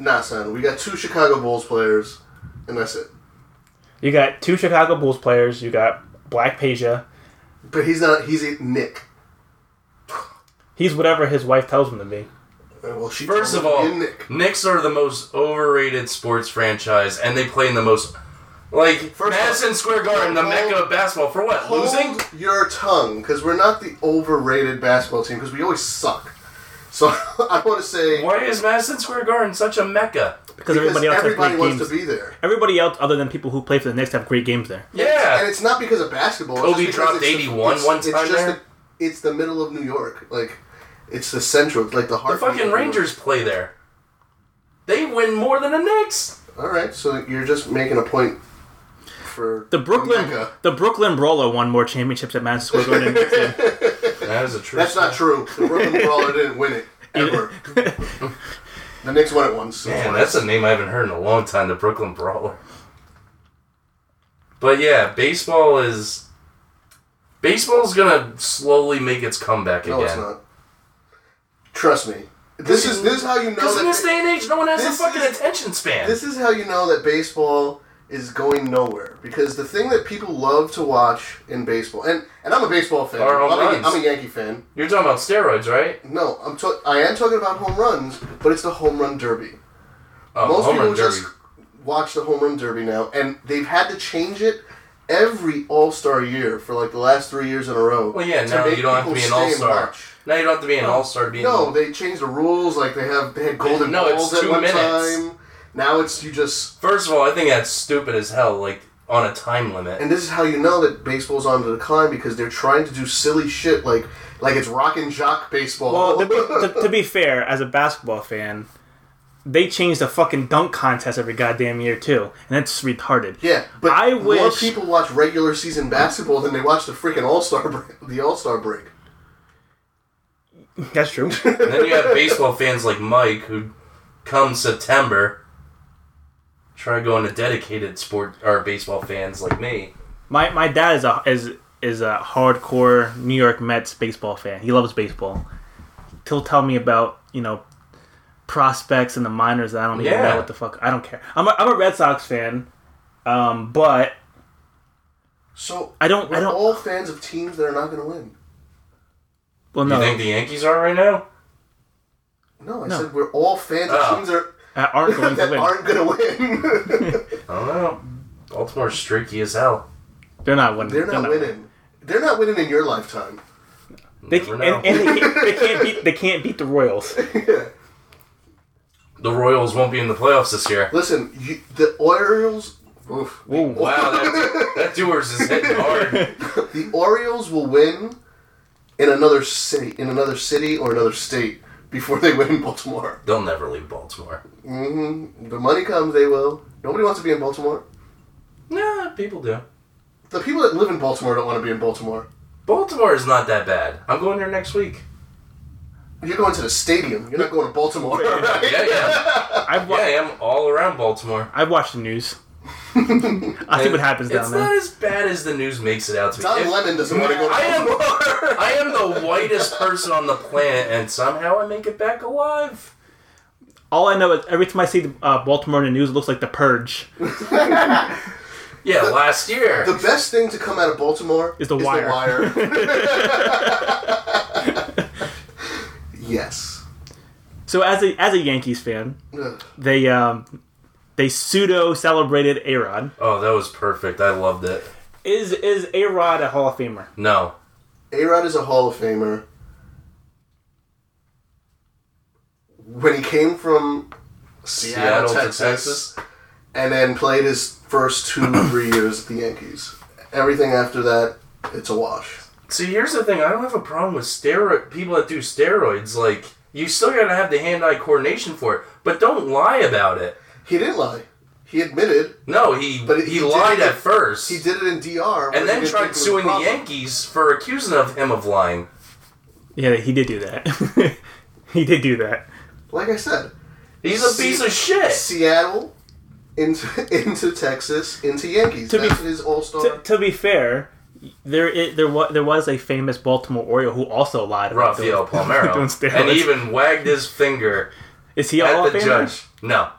S8: Nah, son. We got two Chicago Bulls players, and that's it.
S6: You got two Chicago Bulls players. You got Black Peja.
S8: But he's not. He's a Nick.
S6: He's whatever his wife tells him to be.
S8: Uh, Well, she
S9: First
S8: told
S9: of
S8: me
S9: all,
S8: you're Nick.
S9: Knicks are the most overrated sports franchise, and they play in the most like
S8: of all-
S9: Madison Square Garden, the
S8: Hold-
S9: mecca of basketball. For what?
S8: Hold
S9: Losing?
S8: your tongue, because we're not the overrated basketball team, because we always suck. So I want to say
S9: Why is Madison Square Garden such a mecca?
S6: Because, everybody else
S8: everybody
S6: has great
S8: wants
S6: games.
S8: to be there.
S6: Everybody else, other than people who play for the Knicks, have great games there.
S9: Yeah.
S8: And it's not because of basketball. it's
S9: Kobe
S8: just because
S9: dropped
S8: it's the-
S9: 81
S8: it's-
S9: one
S8: it's
S9: time
S8: just
S9: there.
S8: the- it's the middle of New York. Like, it's the central. It's like the
S9: The
S8: heart.
S9: fucking Rangers play there. They win more than the Knicks.
S8: All right, so you're just making a point for
S6: The Brooklyn,
S8: Mecca.
S6: the Brooklyn Brawler won more championships at Madison Square Garden. than Knicks did.
S9: That is a true.
S8: That's not true. The Brooklyn Brawler didn't win it ever. the Knicks won it once.
S9: Man, that's a name I haven't heard in a long time. The Brooklyn Brawler. But yeah, baseball is. Baseball's gonna slowly make its comeback
S8: no,
S9: again.
S8: it's not. Trust me. This is this is how you know
S9: Because
S8: that
S9: in this day and age, no one has
S8: This
S9: a fucking
S8: is-
S9: attention span.
S8: This is how you know that baseball is going nowhere because the thing that people love to watch in baseball, and, and I'm a baseball fan.
S9: Are home
S8: I'm,
S9: runs.
S8: A, I'm a Yankee fan.
S9: You're talking about steroids, right?
S8: No, I'm ta- I am talking about home runs, but it's the home run derby.
S9: Oh,
S8: Most
S9: home
S8: people
S9: run derby.
S8: just watch the home run derby now, and they've had to change it every All Star year for like the last three years in a row.
S9: Well, yeah.
S8: to
S9: Now
S8: make
S9: you don't have to
S8: people
S9: be an
S8: stay
S9: all
S8: and
S9: star.
S8: watch.
S9: Now you don't have to be an all star. Being
S8: No, they changed the rules. Like they have they had golden
S9: No, it's
S8: balls at
S9: two
S8: one
S9: minutes.
S8: time. Now it's you just
S9: First of all, I think that's stupid as hell. Like on a time limit.
S8: And this is how you know that baseball's on the decline because they're trying to do silly shit like like it's rock and jock baseball.
S6: well, to be, to, to be fair, as a basketball fan, they changed the fucking dunk contest every goddamn year too, and that's retarded.
S8: yeah, but
S6: I
S8: more
S6: wish-
S8: people watch regular season basketball than they watch the freaking All Star break, the All Star break.
S6: that's true.
S9: And then you have baseball fans like Mike who, come September, try going to dedicated sport or baseball fans like me.
S6: My my dad is a is is a hardcore New York Mets baseball fan. He loves baseball. He'll tell me about you know prospects and the minors. That I don't even
S9: Yeah.
S6: know what the fuck. I don't care. I'm a, I'm a Red Sox fan, um, but
S8: So
S6: I don't-
S8: We're
S6: I don't-
S8: all fans of teams that are not going to win.
S6: well
S9: You
S6: no,
S9: think the Yankees are right now?
S8: No, I
S6: No.
S8: said we're all fans
S9: Oh.
S8: of teams that, are,
S6: uh, aren't going to
S8: that
S6: win.
S8: aren't going to win.
S9: I don't know. Baltimore's streaky as hell.
S6: They're not winning.
S8: They're not winning. They're not winning in your lifetime.
S6: They
S9: Never
S6: can,
S9: know.
S6: and, and they, can't, they can't beat they can't beat the Royals.
S9: The Royals won't be in the playoffs this year.
S8: Listen, you, the Orioles. Oof,
S9: Wow, that, that doers is hitting hard.
S8: The Orioles will win in another city, in another city or another state before they win in Baltimore.
S9: They'll never leave Baltimore.
S8: When The money comes, they will. Nobody wants to be in Baltimore.
S9: Nah, people do.
S8: The people that live in Baltimore don't want to be in Baltimore.
S9: Baltimore is not that bad. I'm going there next week.
S8: You're going to the stadium. You're not going to Baltimore. right?
S9: Yeah, yeah. yeah, I'm all around Baltimore.
S6: I've watched the news. I see what happens
S9: it's
S6: down
S9: not
S6: there.
S9: as bad as the news makes it out to be.
S8: Don
S9: If-
S8: Lemon doesn't want to go to
S9: I am,
S8: Baltimore.
S9: I am the whitest person on the planet, and somehow I make it back alive.
S6: All I know is every time I see the, uh, Baltimore in the news, it looks like the purge.
S9: Yeah, last year.
S8: The best thing to come out of Baltimore
S6: Is The Wire.
S8: yes.
S6: So as a as a Yankees fan,
S8: Ugh.
S6: they um, they pseudo celebrated A Rod.
S9: Oh, that was perfect. I loved it.
S6: Is is A Rod a Hall of Famer?
S9: No.
S8: A-Rod is a Hall of Famer. When he came from Seattle,
S9: Seattle to
S8: Texas,
S9: Texas.
S8: and then played his first two, three years at the Yankees. Everything after that, it's a wash.
S9: See, here's the thing. I don't have a problem with steroid people that do steroids. Like, you still gotta have the hand-eye coordination for it, but don't lie about it.
S8: He didn't lie. He admitted,
S9: No, he
S8: but
S9: he,
S8: did
S9: lied
S8: it-
S9: at first,
S8: He did it in DR, where
S9: and then
S8: he didn't think it
S9: tried
S8: was a
S9: suing the
S8: problem.
S9: Yankees for accusing of him of lying.
S6: Yeah, he did do that. he did do that.
S8: Like I said,
S9: He's a
S8: Se-
S9: piece of shit.
S8: Seattle into into Texas into Yankees.
S6: To be-
S8: That's his All Star.
S6: To, to be fair, there i there was there was a famous Baltimore Oriole who also lied about doing-
S9: Rafael
S6: doing
S9: Palmero,
S6: steroids.
S9: and he even wagged his finger
S6: is he a Hall of
S9: at the
S6: Famer?
S9: judge. No,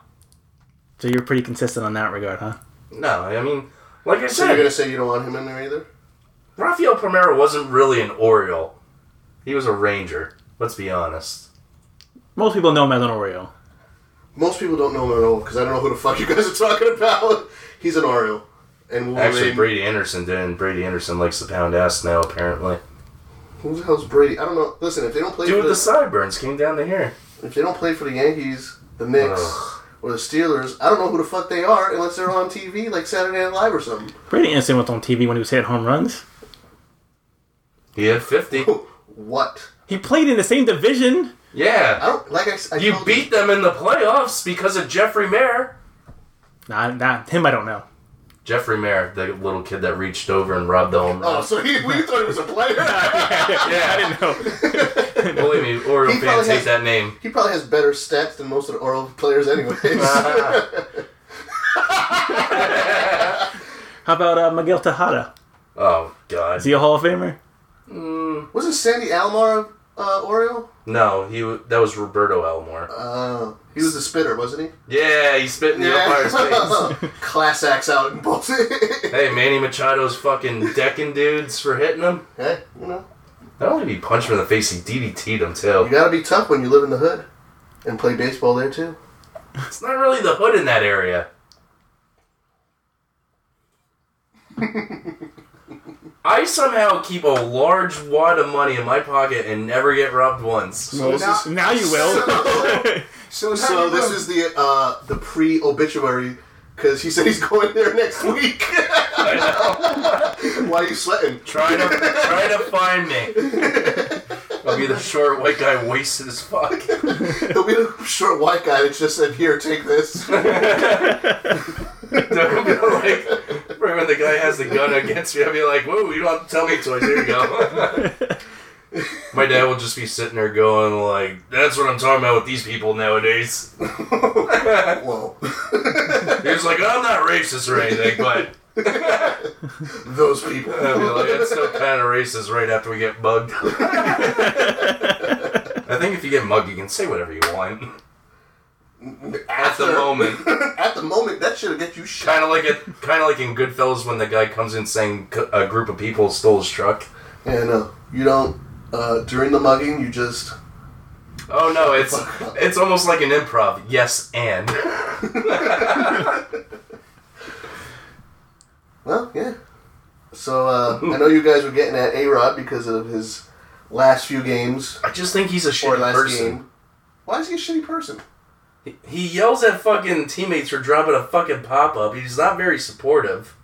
S6: So you're pretty consistent on that regard, huh?
S9: no. I mean, like I
S8: so you're gonna
S9: said,
S8: say you don't want him in there either?
S9: Rafael Palmero wasn't really an Oriole. He was a Ranger. Let's be honest.
S6: Most people know him as an Oriole.
S8: Most people don't know him at all because I don't know who the fuck you guys are talking about. He's an Oriole, and will
S9: Actually,
S8: remain-
S9: Brady Anderson did, and Brady Anderson likes to pound ass now, apparently.
S8: Who the hell's Brady? I don't know. Listen, if they don't play
S9: Dude
S8: for the,
S9: with the sideburns came down to here.
S8: if they don't play for the Yankees, the Knicks, or the Steelers, I don't know who the fuck they are unless they're on TV like Saturday Night Live or something.
S6: Brady Anderson was on TV when he was hitting home runs.
S9: He had 50.
S8: What?
S6: He played in the same division.
S8: I
S9: Yeah.
S8: don't like. I, s- I
S9: You
S8: told
S9: beat them in the playoffs because of Jeffrey Mayer.
S6: Nah, nah, him I don't know.
S9: Jeffrey Mayer, the little kid that reached over and robbed the home
S8: Oh,
S9: run.
S8: so he, we thought he was a player.
S9: yeah,
S6: No.
S9: believe me, Oriole
S8: He
S9: fans
S8: probably
S9: hate
S8: has-
S9: that name.
S8: he probably has better stats than most of the Oral players, anyways.
S6: How about uh, Miguel Tejada?
S9: Oh, God.
S6: Is he a Hall of Famer?
S8: Wasn't Sandy Alomar a, uh, Oriole?
S9: No, he wa- that was Roberto Elmore.
S8: Uh, he was the spitter, wasn't
S9: Yeah, he spit in
S8: he?
S9: the umpire's face.
S8: Class acts out in Baltimore.
S9: Hey, Manny Machado's fucking decking dudes for hitting him.
S8: hey, you know,
S9: Not only did he punch him in the face, he DDT'd him too.
S8: you gotta be tough when you live in the hood and play baseball there too.
S9: It's not really the hood in that area. I somehow keep a large wad of money in my pocket and never get robbed once.
S8: So this is,
S6: Now you will.
S10: So,
S8: so this is the uh, the pre obituary because he said he's going there next week. Why are you sweating?
S9: Try to try to find me. I'll be the short white guy wasted as fuck.
S8: He'll be the short white guy that just said, "Here, take this."
S9: I'll be like, right when the guy has the gun against me, I'll be like, "Whoa, you don't have to tell me twice. Here you go." My dad will just be sitting there going like, "That's what I'm talking about with these people nowadays."
S8: Whoa,
S9: He was like, I'm not racist or anything, but
S8: those people.
S9: I mean, like, that's still kind of racist right after we get mugged. I think if you get mugged, you can say whatever you want. At the moment,
S8: At the moment, that should get you shot.
S9: kind of like it, kind of like in Goodfellas when the guy comes in saying c- a group of people stole his truck.
S8: Yeah, no, you don't. Uh, during the mugging, you just
S9: Oh no, it's it's almost like an improv. Yes, and
S8: well, yeah. So uh, I know you guys were getting at A Rod because of his last few games
S9: I just think he's a
S8: or
S9: shitty
S8: last
S9: person.
S8: game. Why is he a shitty person?
S9: He yells at fucking teammates for dropping a fucking pop up. He's not very supportive.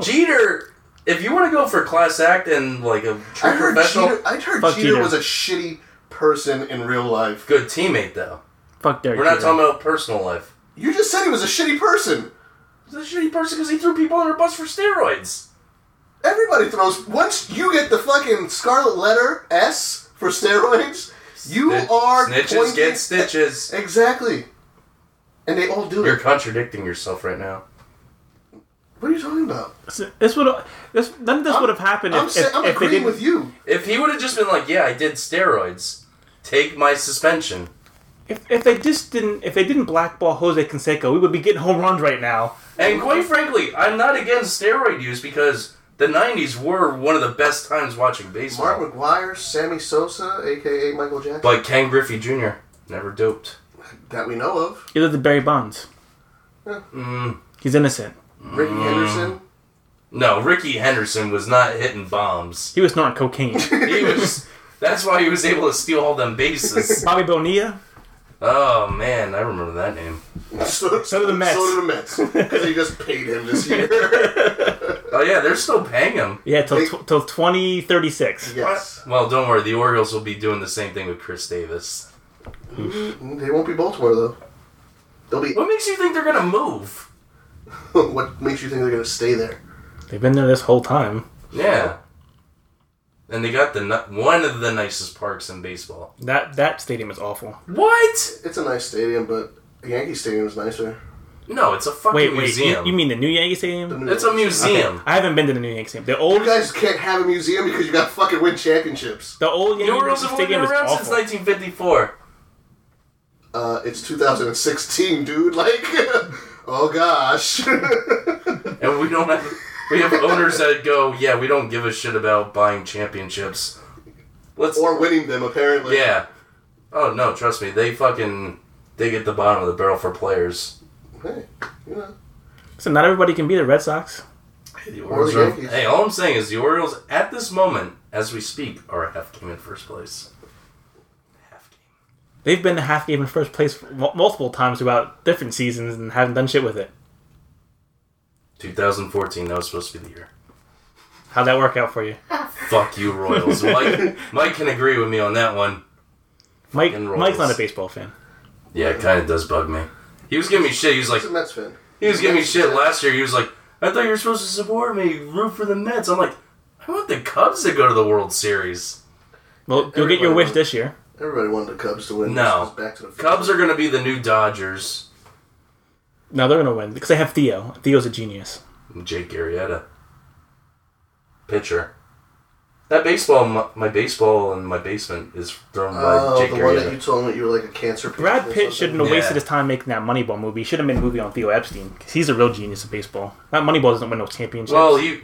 S9: Jeter, if you want to go for class act and like a true
S8: I heard
S9: professional,
S8: Jeter, I heard
S6: Fuck
S8: Jeter,
S6: Jeter.
S8: was a shitty person in real life.
S9: good teammate though.
S6: Fuck Derek.
S9: We're not
S6: Jeter.
S9: talking about personal life.
S8: You just said he was a shitty person.
S9: He's a shitty person because he threw people under a bus for steroids.
S8: Everybody throws. Once you get the fucking scarlet letter S for steroids, You
S9: Snitch-
S8: are
S9: snitches
S8: pointing-
S9: get stitches.
S8: Exactly. And they all do
S9: You're
S8: it.
S9: contradicting yourself right now.
S8: What are you talking about?
S6: This would that's none of this would have happened
S8: I'm,
S6: if,
S8: sa-
S6: if,
S8: I'm
S6: if they
S8: agreeing
S6: didn't.
S8: with you.
S9: If he would have just been like, "Yeah, I did steroids. Take my suspension."
S6: If, if they just didn't if they didn't blackball Jose Canseco, we would be getting home runs right now.
S9: And quite frankly, I'm not against steroid use because the 90s were one of the best times watching
S8: Mark
S9: baseball.
S8: McGuire, Sammy Sosa, aka Michael Jackson,
S9: But Ken Griffey Jr. never doped.
S8: that we know of.
S6: He lived with Barry Bonds.
S9: Mm,
S6: He's innocent.
S8: Ricky Henderson.
S9: no, Ricky Henderson was not hitting bombs.
S6: He was snorting cocaine.
S9: He was. that's why he was able to steal all them bases.
S6: Bobby Bonilla.
S9: Oh man, I remember that name.
S8: So,
S6: So did the Mets.
S8: So did the Mets. 'Cause they just paid him this year.
S9: Oh yeah, they're still paying him.
S6: Yeah, till tw- till twenty thirty six.
S8: yes.
S9: Well, don't worry, the Orioles will be doing the same thing with Chris Davis.
S8: They won't be Baltimore, though. They'll be.
S9: What makes you think they're gonna move?
S8: what makes you think they're going to stay there?
S6: They've been there this whole time.
S9: Yeah. And they got the ni- one of the nicest parks in baseball.
S6: That that stadium is awful.
S9: What?
S8: It's a nice stadium, but the Yankee Stadium is nicer.
S9: No, it's a fucking
S6: Wait, wait. You,
S9: museum.
S6: you mean the new Yankee Stadium?
S9: it's a museum.
S6: I haven't been to the new Yankee Stadium. The old
S8: You guys can't have a museum because you got to fucking win championships.
S6: the old
S9: The
S6: Yankee
S9: Orioles have only been
S6: Stadium is
S9: around
S6: awful.
S9: since 1954.
S8: Uh, it's 2016, dude. Like, oh gosh.
S9: And we don't have we have owners that go, yeah, we don't give a shit about buying championships. Let's
S8: or winning them, apparently.
S9: Yeah. Oh no, trust me, they fucking they get the bottom of the barrel for players.
S8: Hey, you know.
S6: so not everybody can be the Red Sox.
S9: The
S8: Orioles
S9: are-
S8: Yankees.
S9: hey, all I'm saying is the Orioles at this moment, as we speak, are a half game in first place. Half game.
S6: They've been a half game in first place mul- multiple times throughout different seasons and haven't done shit with it.
S9: 2014, that was supposed to be the year.
S6: How'd that work out for you,
S9: Fuck you, Royals. Mike, Mike can agree with me on that one.
S6: Mike?
S9: Fucking Royals.
S6: Mike's not a baseball fan.
S9: Yeah, it kind of does bug me. He was giving me shit. He was like,
S8: He's a Mets fan.
S9: he was giving me shit last year. He was like, I thought you were supposed to support me, root for the Mets. I'm like, I want the Cubs to go to the World Series.
S6: Well, you'll get your
S8: Everybody
S6: wish
S8: knows.
S6: this year.
S8: Everybody wanted the Cubs to win.
S9: No.
S8: This is Back to the
S9: Cubs are going to be the new Dodgers.
S6: No, they're gonna win because they have Theo. Theo's a genius.
S9: Jake Arrieta, pitcher. That baseball, my, my baseball in my basement is thrown by
S8: Oh,
S9: Jake
S8: the one that you
S9: Arrieta.
S8: told me you were like a cancer patient.
S6: Brad
S8: or
S6: Pitt
S8: something.
S6: shouldn't have
S9: Yeah.
S6: wasted his time making that Moneyball movie. He should have made a movie on Theo Epstein because he's a real genius of baseball. That Moneyball doesn't win no championships.
S9: Well, he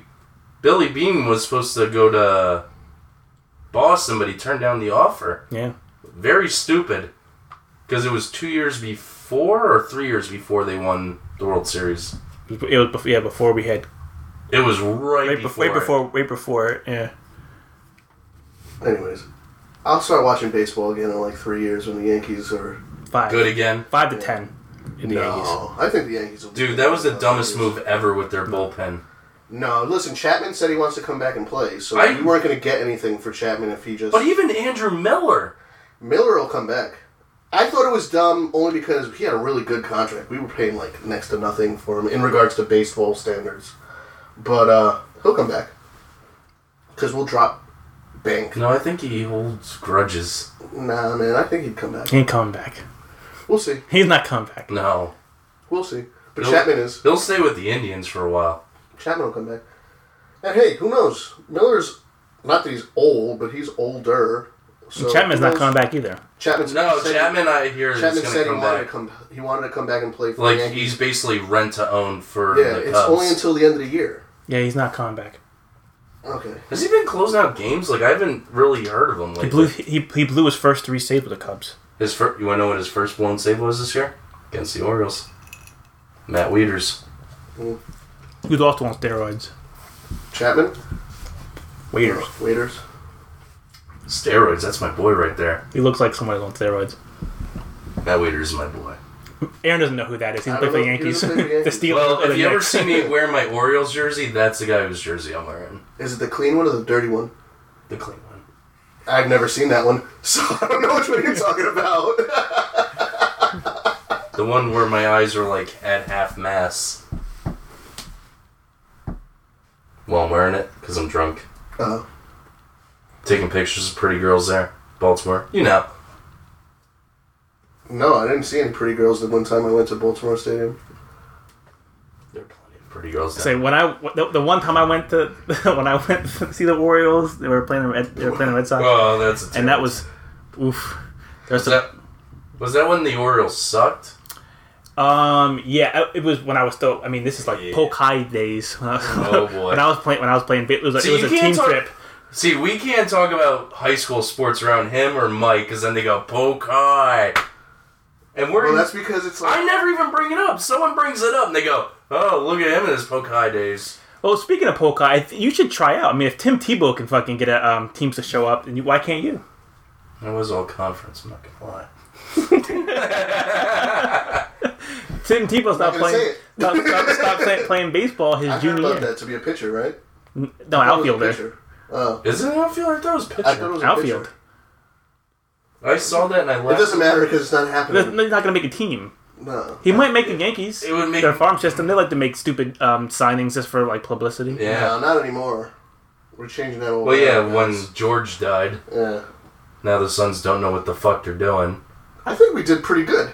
S9: Billy Bean was supposed to go to Boston, but he turned down the offer.
S6: yeah,
S9: Very stupid, because it was two years before or three years before they won the World Series.
S6: it was, it was bef- yeah before we had
S9: It was right,
S6: right before,
S9: before.
S6: right before, right before yeah.
S8: Anyways, I'll start watching baseball again in like three years when the Yankees are.
S6: Five,
S9: Good again,
S6: five to ten in the Yankees.
S8: No, I think the Yankees will. be
S9: dude.
S8: good
S9: That was the
S8: in about
S9: dumbest
S8: three years.
S9: move ever with their bullpen.
S8: No, listen. Chapman said he wants to come back and play, so
S9: I-
S8: you weren't going to get anything for Chapman if he just.
S9: But even Andrew Miller.
S8: Miller will come back. I thought it was dumb only because he had a really good contract. We were paying like next to nothing for him in regards to baseball standards, but uh, he'll come back because we'll drop Bank.
S9: No, I think he holds grudges.
S8: Nah, man, I think he'd come back.
S6: He ain't coming back.
S8: We'll see.
S6: He's not coming back.
S9: No,
S8: We'll see. But
S9: Nope.
S8: Chapman is.
S9: he'll stay with the Indians for a while.
S8: Chapman will come back. And hey, who knows? Miller's not that he's old, but he's older. So
S6: Chapman's
S8: who
S6: not
S8: knows?
S6: coming back either.
S8: Chapman's
S9: No,
S8: said he-
S9: Chapman, I hear is
S8: Chapman
S9: gonna
S8: said he
S9: come
S8: wanted
S9: back.
S8: to come. He wanted to come back and play for the
S9: Like
S8: Yankees.
S9: he's basically rent to own for
S8: yeah,
S9: the Cubs.
S8: it's only until the end of the year.
S6: Yeah, he's not coming back.
S8: Okay.
S9: Has he been closing out games? Like I haven't really heard of him lately.
S6: He blew he, he blew his first three saves with the Cubs.
S9: his fir- you want to know what his first blown save was this year against the Orioles? Matt Wieters.
S6: He was also on steroids.
S8: Chapman,
S6: Waiters.
S8: waiters.
S9: Steroids. That's my boy right there.
S6: He looks like somebody on steroids.
S9: Matt Wieters is my boy.
S6: Aaron doesn't know who that is. He's
S8: I
S6: played for the
S8: don't know. He
S6: Yankees. the
S8: doesn't play for the Yankees.
S6: Steelers.
S9: Well,
S6: or the
S9: if you ever
S6: Knicks.
S9: see me wearing my Orioles jersey, that's the guy whose jersey I'm wearing.
S8: Is it the clean one or the dirty one?
S9: The clean one.
S8: I've never seen that one, so I don't know which one you're talking about.
S9: The one where my eyes are like at half mass. While I'm wearing it, because I'm drunk.
S8: Oh.
S9: Taking pictures of pretty girls there. Baltimore. You know.
S8: No, I didn't see any pretty girls the one time I went to Baltimore Stadium.
S9: Pretty girls.
S6: Say when I the, the one time I went to when I went to see the Orioles, they were playing the Red, they were playing the Red Sox.
S9: Oh, that's a
S6: and that was, oof.
S9: Was that, was that when the Orioles sucked?
S6: Um, yeah, I- it was when I was still. I mean, this is like Pokai days. When I was,
S9: Oh, boy.
S6: when I was playing when I was playing, it was, like,
S9: See,
S6: it was
S9: you
S6: a
S9: can't
S6: team
S9: talk-
S6: trip.
S9: See, we can't talk about high school sports around him or Mike, because then they go Pokai, and we're
S8: Well, that's because it's like
S9: I never even bring it up. Someone brings it up, and they go, "Oh, look at him in his Pokai days."
S6: Well, speaking of Pokai, I th- you should try out. I mean, if Tim Tebow can fucking get a, um, teams to show up, then you, why can't you?
S9: That was all conference. I'm not gonna lie.
S6: Tim Tebow stopped
S8: gonna
S6: playing.
S8: say it.
S6: Stop, stop, stop play, playing baseball his
S8: I heard
S6: junior
S8: about
S6: year.
S8: that to be a pitcher, right?
S6: N-
S8: I
S6: No,
S8: thought it was a
S6: outfielder.
S8: pitcher. Oh.
S9: Is it an outfielder? I thought it was pitcher.
S8: I thought it was a
S6: Outfield.
S8: pitcher.
S9: I saw that and I
S8: It
S9: laughed.
S8: doesn't matter because it's not
S6: They're
S8: happening.
S6: they're not going to make a team.
S8: No.
S6: He might make the Yankees.
S9: It would make-
S6: their farm system. They like to make stupid um, signings just for like publicity.
S9: Yeah.
S8: No, not anymore. We're changing that old.
S9: Well, yeah. When George died,
S8: Yeah.
S9: now the Suns don't know what the fuck they're doing.
S8: I think we did pretty good.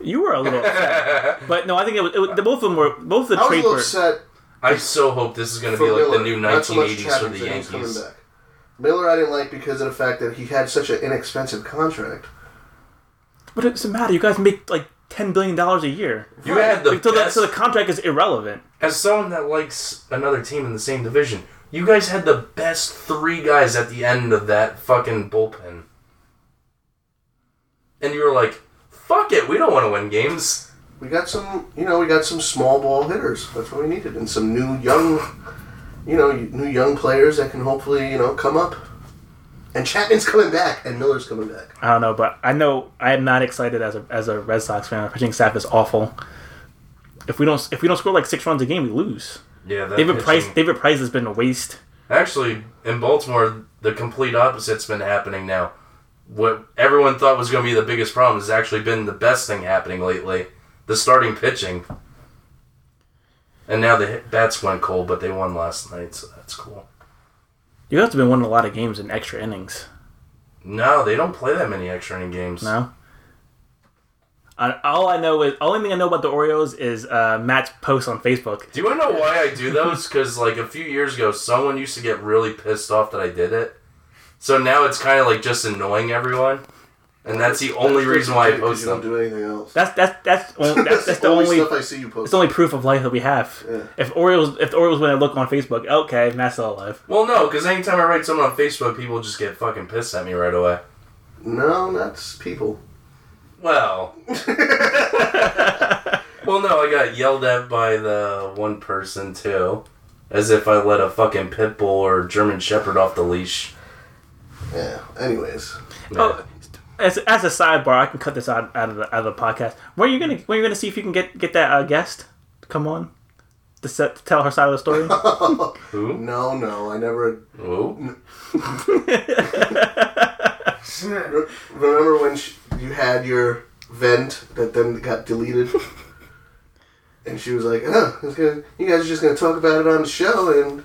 S6: You were a little upset, but no, I think it was, it was the both of them were both the
S8: I was a
S6: trades
S8: little
S6: were.
S8: upset
S9: I so hope this is gonna
S8: for
S9: be like
S8: Miller.
S9: the new
S8: Not so much
S9: 1980s for
S8: Chapman,
S9: the
S8: that he's
S9: Yankees.
S8: Coming back. Miller, I didn't like because of the fact that he had such an inexpensive contract.
S6: But it doesn't matter. You guys make like ten billion dollars a year.
S9: You had the
S6: so, the,
S9: best
S6: so the contract is irrelevant.
S9: as someone that likes another team in the same division, you guys had the best three guys at the end of that fucking bullpen. And you were like, fuck it, we don't want to win games.
S8: We got some, you know, we got some small ball hitters. That's what we needed, and some new young, you know, new young players that can hopefully, you know, come up. And Chapman's coming back, and Miller's coming back.
S6: I don't know, but I know I am not excited as a as a Red Sox fan. Our pitching staff is awful. If we don't if we don't score like six runs a game, we lose.
S9: Yeah, that
S6: David
S9: pitching-
S6: Price David Price has been a waste.
S9: Actually, in Baltimore, the complete opposite's been happening now. What everyone thought was going to be the biggest problem has actually been the best thing happening lately. The starting pitching. And now the hit- bats went cold, but they won last night, so that's cool.
S6: You guys have been winning a lot of games in extra innings.
S9: No, they don't play that many extra inning games.
S6: No. I, all I know is only thing I know about the Orioles is uh, Matt's post on Facebook.
S9: Do you want to know why I do those? Because like a few years ago, someone used to get really pissed off that I did it. So now it's kind of like just annoying everyone, and that's the only reason why I
S8: Because
S9: post
S8: you don't
S9: them.
S8: do anything else.
S6: That's that's that's on- that's, that's the only
S8: stuff I see you
S6: it's
S8: post.
S6: the only proof of life that we have. If Orioles if the Orioles win, I look on Facebook. Okay, Matt's still alive.
S9: Well, no, because anytime I write something on Facebook, people just get fucking pissed at me right away.
S8: No, that's people.
S9: Well. well, no, I got yelled at by the one person too, as if I let a fucking pit bull or German shepherd off the leash.
S8: Yeah. Anyways,
S6: Oh, as, as a sidebar, I can cut this out, out of the out of the podcast. When are you gonna when are you gonna see if you can get get that uh, guest? Come on, to, set, to tell her side of the story.
S8: no, no, I never
S9: Ooh.
S8: Re- Remember when sh you had your vent that then got deleted? and she was like, oh, it's gonna, you guys are just going to talk about it on the show, and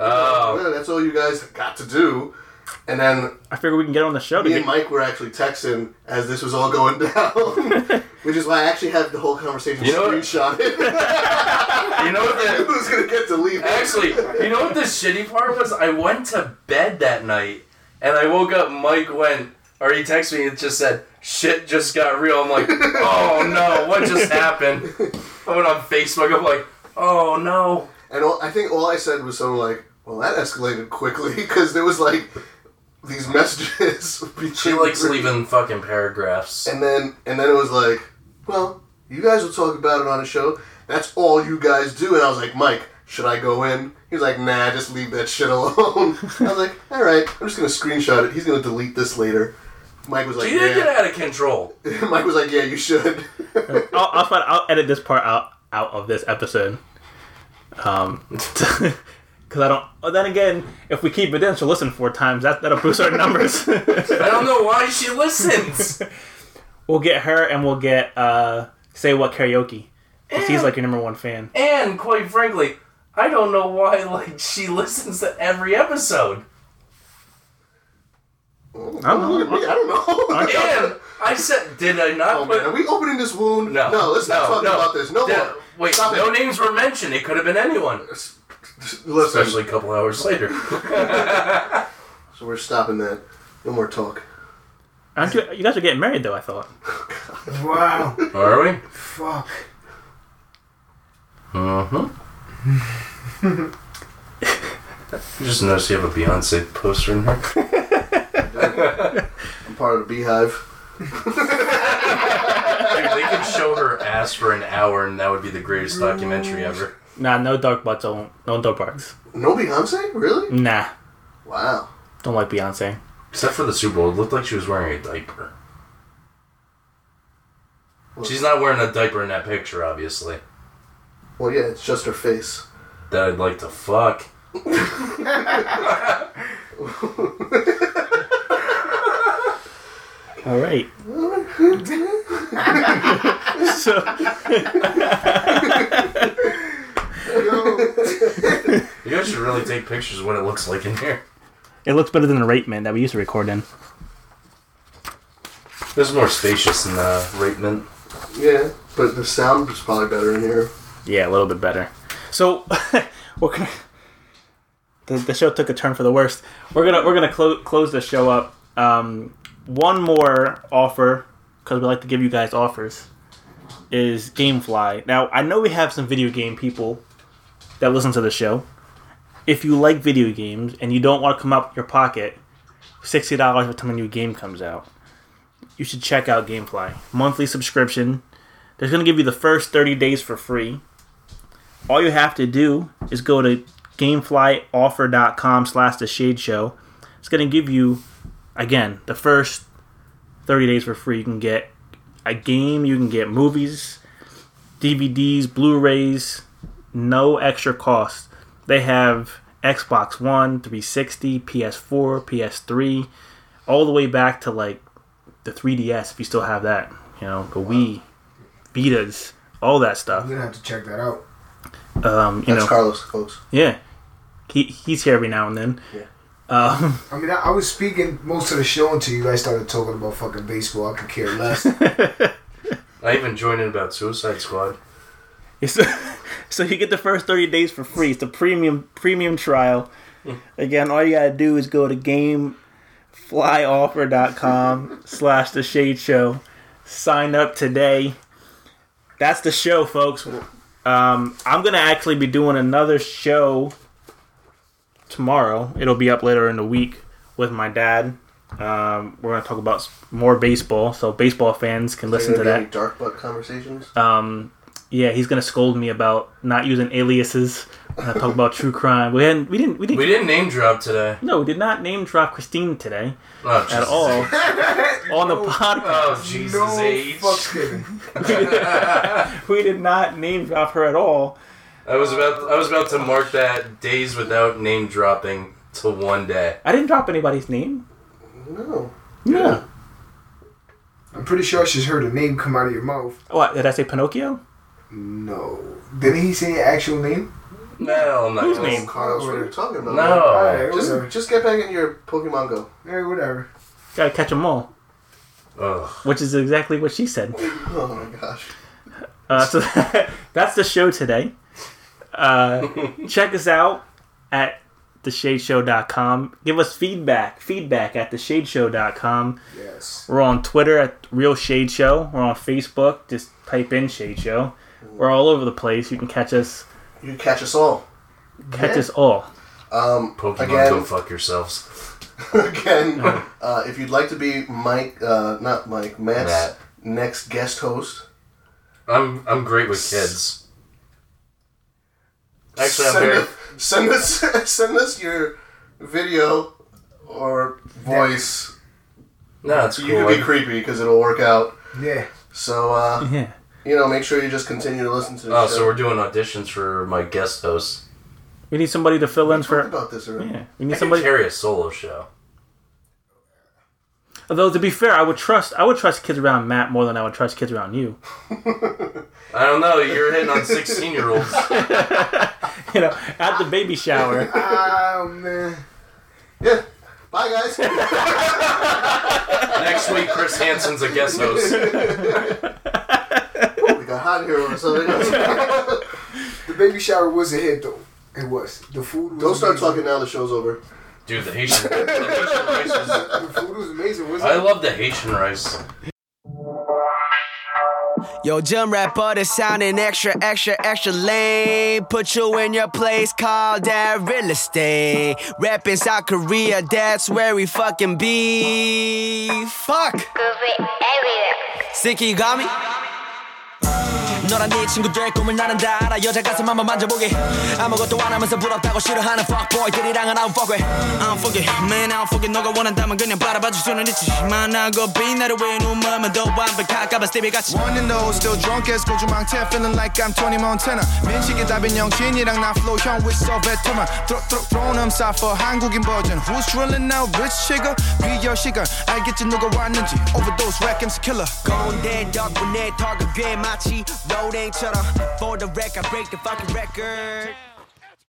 S9: Oh.
S8: well, that's all you guys got to do. And then
S6: I figure we can get her on the show. To
S8: me and
S6: get,
S8: Mike were actually texting as this was all going down, which is why I actually had the whole conversation
S9: You know what?
S8: screenshotted.
S9: You know what?
S8: it
S9: That,
S8: was going to get deleted.
S9: Actually, you know what the shitty part was? I went to bed that night and I woke up. Mike went, or he texted me and just said, "Shit just got real." I'm like, "Oh no, what just happened?" I went on Facebook. I'm like, "Oh no."
S8: And all, I think all I said was something like, well, that escalated quickly, because there was like these messages.
S9: She likes leaving fucking paragraphs.
S8: And then and then it was like, well, you guys will talk about it on a show. That's all you guys do. And I was like, Mike, should I go in? He was like, nah, just leave that shit alone. I was like, all right, I'm just gonna screenshot it. He's gonna delete this later. Mike was like,
S9: She did get
S8: yeah.
S9: out of control.
S8: Mike was like, yeah, you should.
S6: I'll, I'll, find, I'll edit this part out out of this episode. Um, because I don't. Oh, then again, if we keep it in, she'll listen four times. That that'll boost our numbers.
S9: I don't know why she listens.
S6: we'll get her, and we'll get uh, say what karaoke. 'Cause He's like your number one fan.
S9: And quite frankly, I don't know why like she listens to every episode.
S6: don't
S8: Look at me. I don't know.
S9: I am. I said, did I not?
S8: Oh, man, are we opening this wound?
S9: No,
S8: No, let's not talk about this. No
S9: Did-
S8: more.
S9: Wait,
S8: Stop
S9: no
S8: it.
S9: names were mentioned. It could have been anyone.
S8: Listen.
S9: Especially a couple hours later.
S8: So we're stopping that. No more talk.
S6: Aren't you, you guys are getting married though. I thought.
S10: Wow.
S9: Are we?
S10: Fuck.
S9: Uh huh. Just noticed you have a Beyonce poster in here.
S8: I'm part of the beehive.
S9: Dude, they could show her ass for an hour, and that would be the greatest documentary ever.
S6: Nah, no dark butts. I won't. No dark butts.
S8: No Beyonce?
S9: Mm.
S8: Really?
S6: Nah,
S8: Wow.
S6: don't like Beyonce.
S9: Except for the Super Bowl, it looked like she was wearing a diaper. She's not wearing a diaper in that picture, obviously.
S8: Well, yeah, it's just her face.
S9: That I'd like to fuck.
S6: All right. so
S9: You guys should really take pictures of what it looks like in here.
S6: it looks better than the Rape Man that we used to record in.
S9: This is more spacious than uh, the Rapeman.
S8: Yeah, but the sound is probably better in here.
S6: Yeah, a little bit better. So we're gonna. The, the show took a turn for the worst. We're gonna we're gonna clo- close the show up. Um, one more offer because we like to give you guys offers is GameFly. Now I know we have some video game people that listen to the show. If you like video games and you don't want to come up with your pocket sixty dollars every time a new game comes out, you should check out GameFly monthly subscription. They're gonna give you the first thirty days for free all you have to do is go to gameflyoffer.com slash the shade show it's going to give you again the first 30 days for free you can get a game you can get movies dvds blu-rays no extra cost they have xbox one 360 ps4 ps3 all the way back to like the 3ds if you still have that you know the wii vitas all that
S10: I'm
S6: stuff
S10: gonna have to check that out.
S6: um, you
S8: That's
S6: know
S8: Carlos, folks.
S6: yeah, he, he's here every now and then.
S8: Yeah.
S6: Um,
S10: I mean, I, I was speaking most of the show until you guys started talking about fucking baseball. I could care less.
S9: I even joined in about Suicide Squad.
S6: it's- so you get the first thirty days for free. It's the premium premium trial. Again, all you gotta do is go to gameflyoffer.com slash the shade show. Sign up today. That's the show, folks. Um, I'm gonna actually be doing another show tomorrow. It'll be up later in the week with my dad. Um, we're gonna talk about s- more baseball, so baseball fans can listen to
S8: Gonna be
S6: that.
S8: any Dark butt conversations.
S9: Uh,
S6: Um, yeah, he's gonna scold me about not using aliases when I talk about true crime. We hadn't, we didn't, we didn't.
S9: We didn't name drop today.
S6: no, we did not name drop Christine today
S9: Oh,
S6: at
S9: Jesus.
S6: all on the podcast.
S9: Oh, Jesus
S10: no
S9: H.
S10: fucks given.
S6: We did not name drop her at all.
S9: I was about I was about to mark that days without name dropping to one day.
S6: I didn't drop anybody's name.
S8: No.
S6: Yeah.
S10: I'm pretty sure I just heard a name come out of your mouth.
S6: What did I say? Pinocchio?
S10: No. Didn't he say actual name?
S9: No, I'm not.
S6: Whose
S9: gonna-
S6: name?
S8: Carlos, what are you talking about?
S9: No.
S10: Alright,
S8: Just,
S10: whatever.
S8: just get back in your Pokemon Go.
S10: Alright, whatever.
S6: Gotta catch 'em all,
S9: Ugh.
S6: which is exactly what she said.
S8: Oh my gosh.
S6: Uh, so that's the show today. Uh, check us out at theshadeshow.com. Give us feedback. Feedback at theshadeshow.com.
S10: Yes.
S6: We're on Twitter at Real Shade Show. We're on Facebook. Just type in Shade Show. We're all over the place. You can catch us.
S8: You can catch us all.
S6: Catch us all.
S8: Um,
S9: Pokemon,
S8: again,
S9: go fuck yourselves.
S8: again,
S9: Uh-huh.
S8: uh, if you'd like to be Mike, uh, not Mike, Matt's
S9: Matt.
S8: next guest host,
S9: I'm I'm great with kids. Actually, I'm
S8: send,
S9: very.
S8: us- send us send us your video or voice.
S9: No, it's
S8: You
S9: cool.
S8: can be creepy because it'll work out.
S10: Yeah.
S8: So uh,
S6: Yeah.
S8: you know, make sure you just continue to listen to the
S9: Mm-hmm. oh,
S8: show.
S9: so we're doing auditions for my guest host.
S6: We need somebody to fill in
S8: talked
S6: for.
S8: about this already.
S6: Yeah. We
S9: I
S6: need
S9: could
S6: somebody.
S9: carry a solo show.
S6: Although to be fair, I would trust. I would trust kids around Matt more than I would trust kids around you.
S9: I don't know. You're hitting on 16 year olds.
S6: You know, at the baby shower.
S10: Oh, man.
S8: Yeah. Bye.
S11: Bye, guys.
S9: Next week, Chris Hansen's a guest host.
S11: we got hot here or something.
S10: The baby shower was a hit, though. It was. The food was
S11: Don't start
S10: amazing.
S11: talking now. The show's over.
S9: Dude, the Haitian, the Haitian rice was.
S10: The food was amazing, wasn't
S9: I
S10: it?
S9: love the Haitian rice.
S8: Yo, jump rapper, that's sounding extra, extra, extra lame. Put you in your place called that real estate. Rapping South Korea, that's where we fucking be. Fuck! Sicky, you got me?
S12: 너란 네 친구들의 꿈을 나는 다 알아 여자 가슴 한번 만져보게 아무것도 안 하면서 부럽다고 싫어하는 fuckboy들이랑은 I don't fuck with I don't fuck it man I don't fuck it 너가 원한다면 그냥 바라봐줄 수는 있지만 하고 빛나를 왜 눈물만 더 완벽할까봐 스티비같이
S13: One and oh, still drunk as 고주망태 Feeling like I'm Tony Montana 민식이 답인 영신이랑 나 flow 형 with 소베토만 Throw, throw, throw them side for 한국인 버전 Who's drilling out rich chigga? 비열 시간 알겠지 누가 왔는지 Overdose, wreck, and killer
S8: 꼰대 덕분에 더 그게 마치 로댕처럼 For the record break the fucking record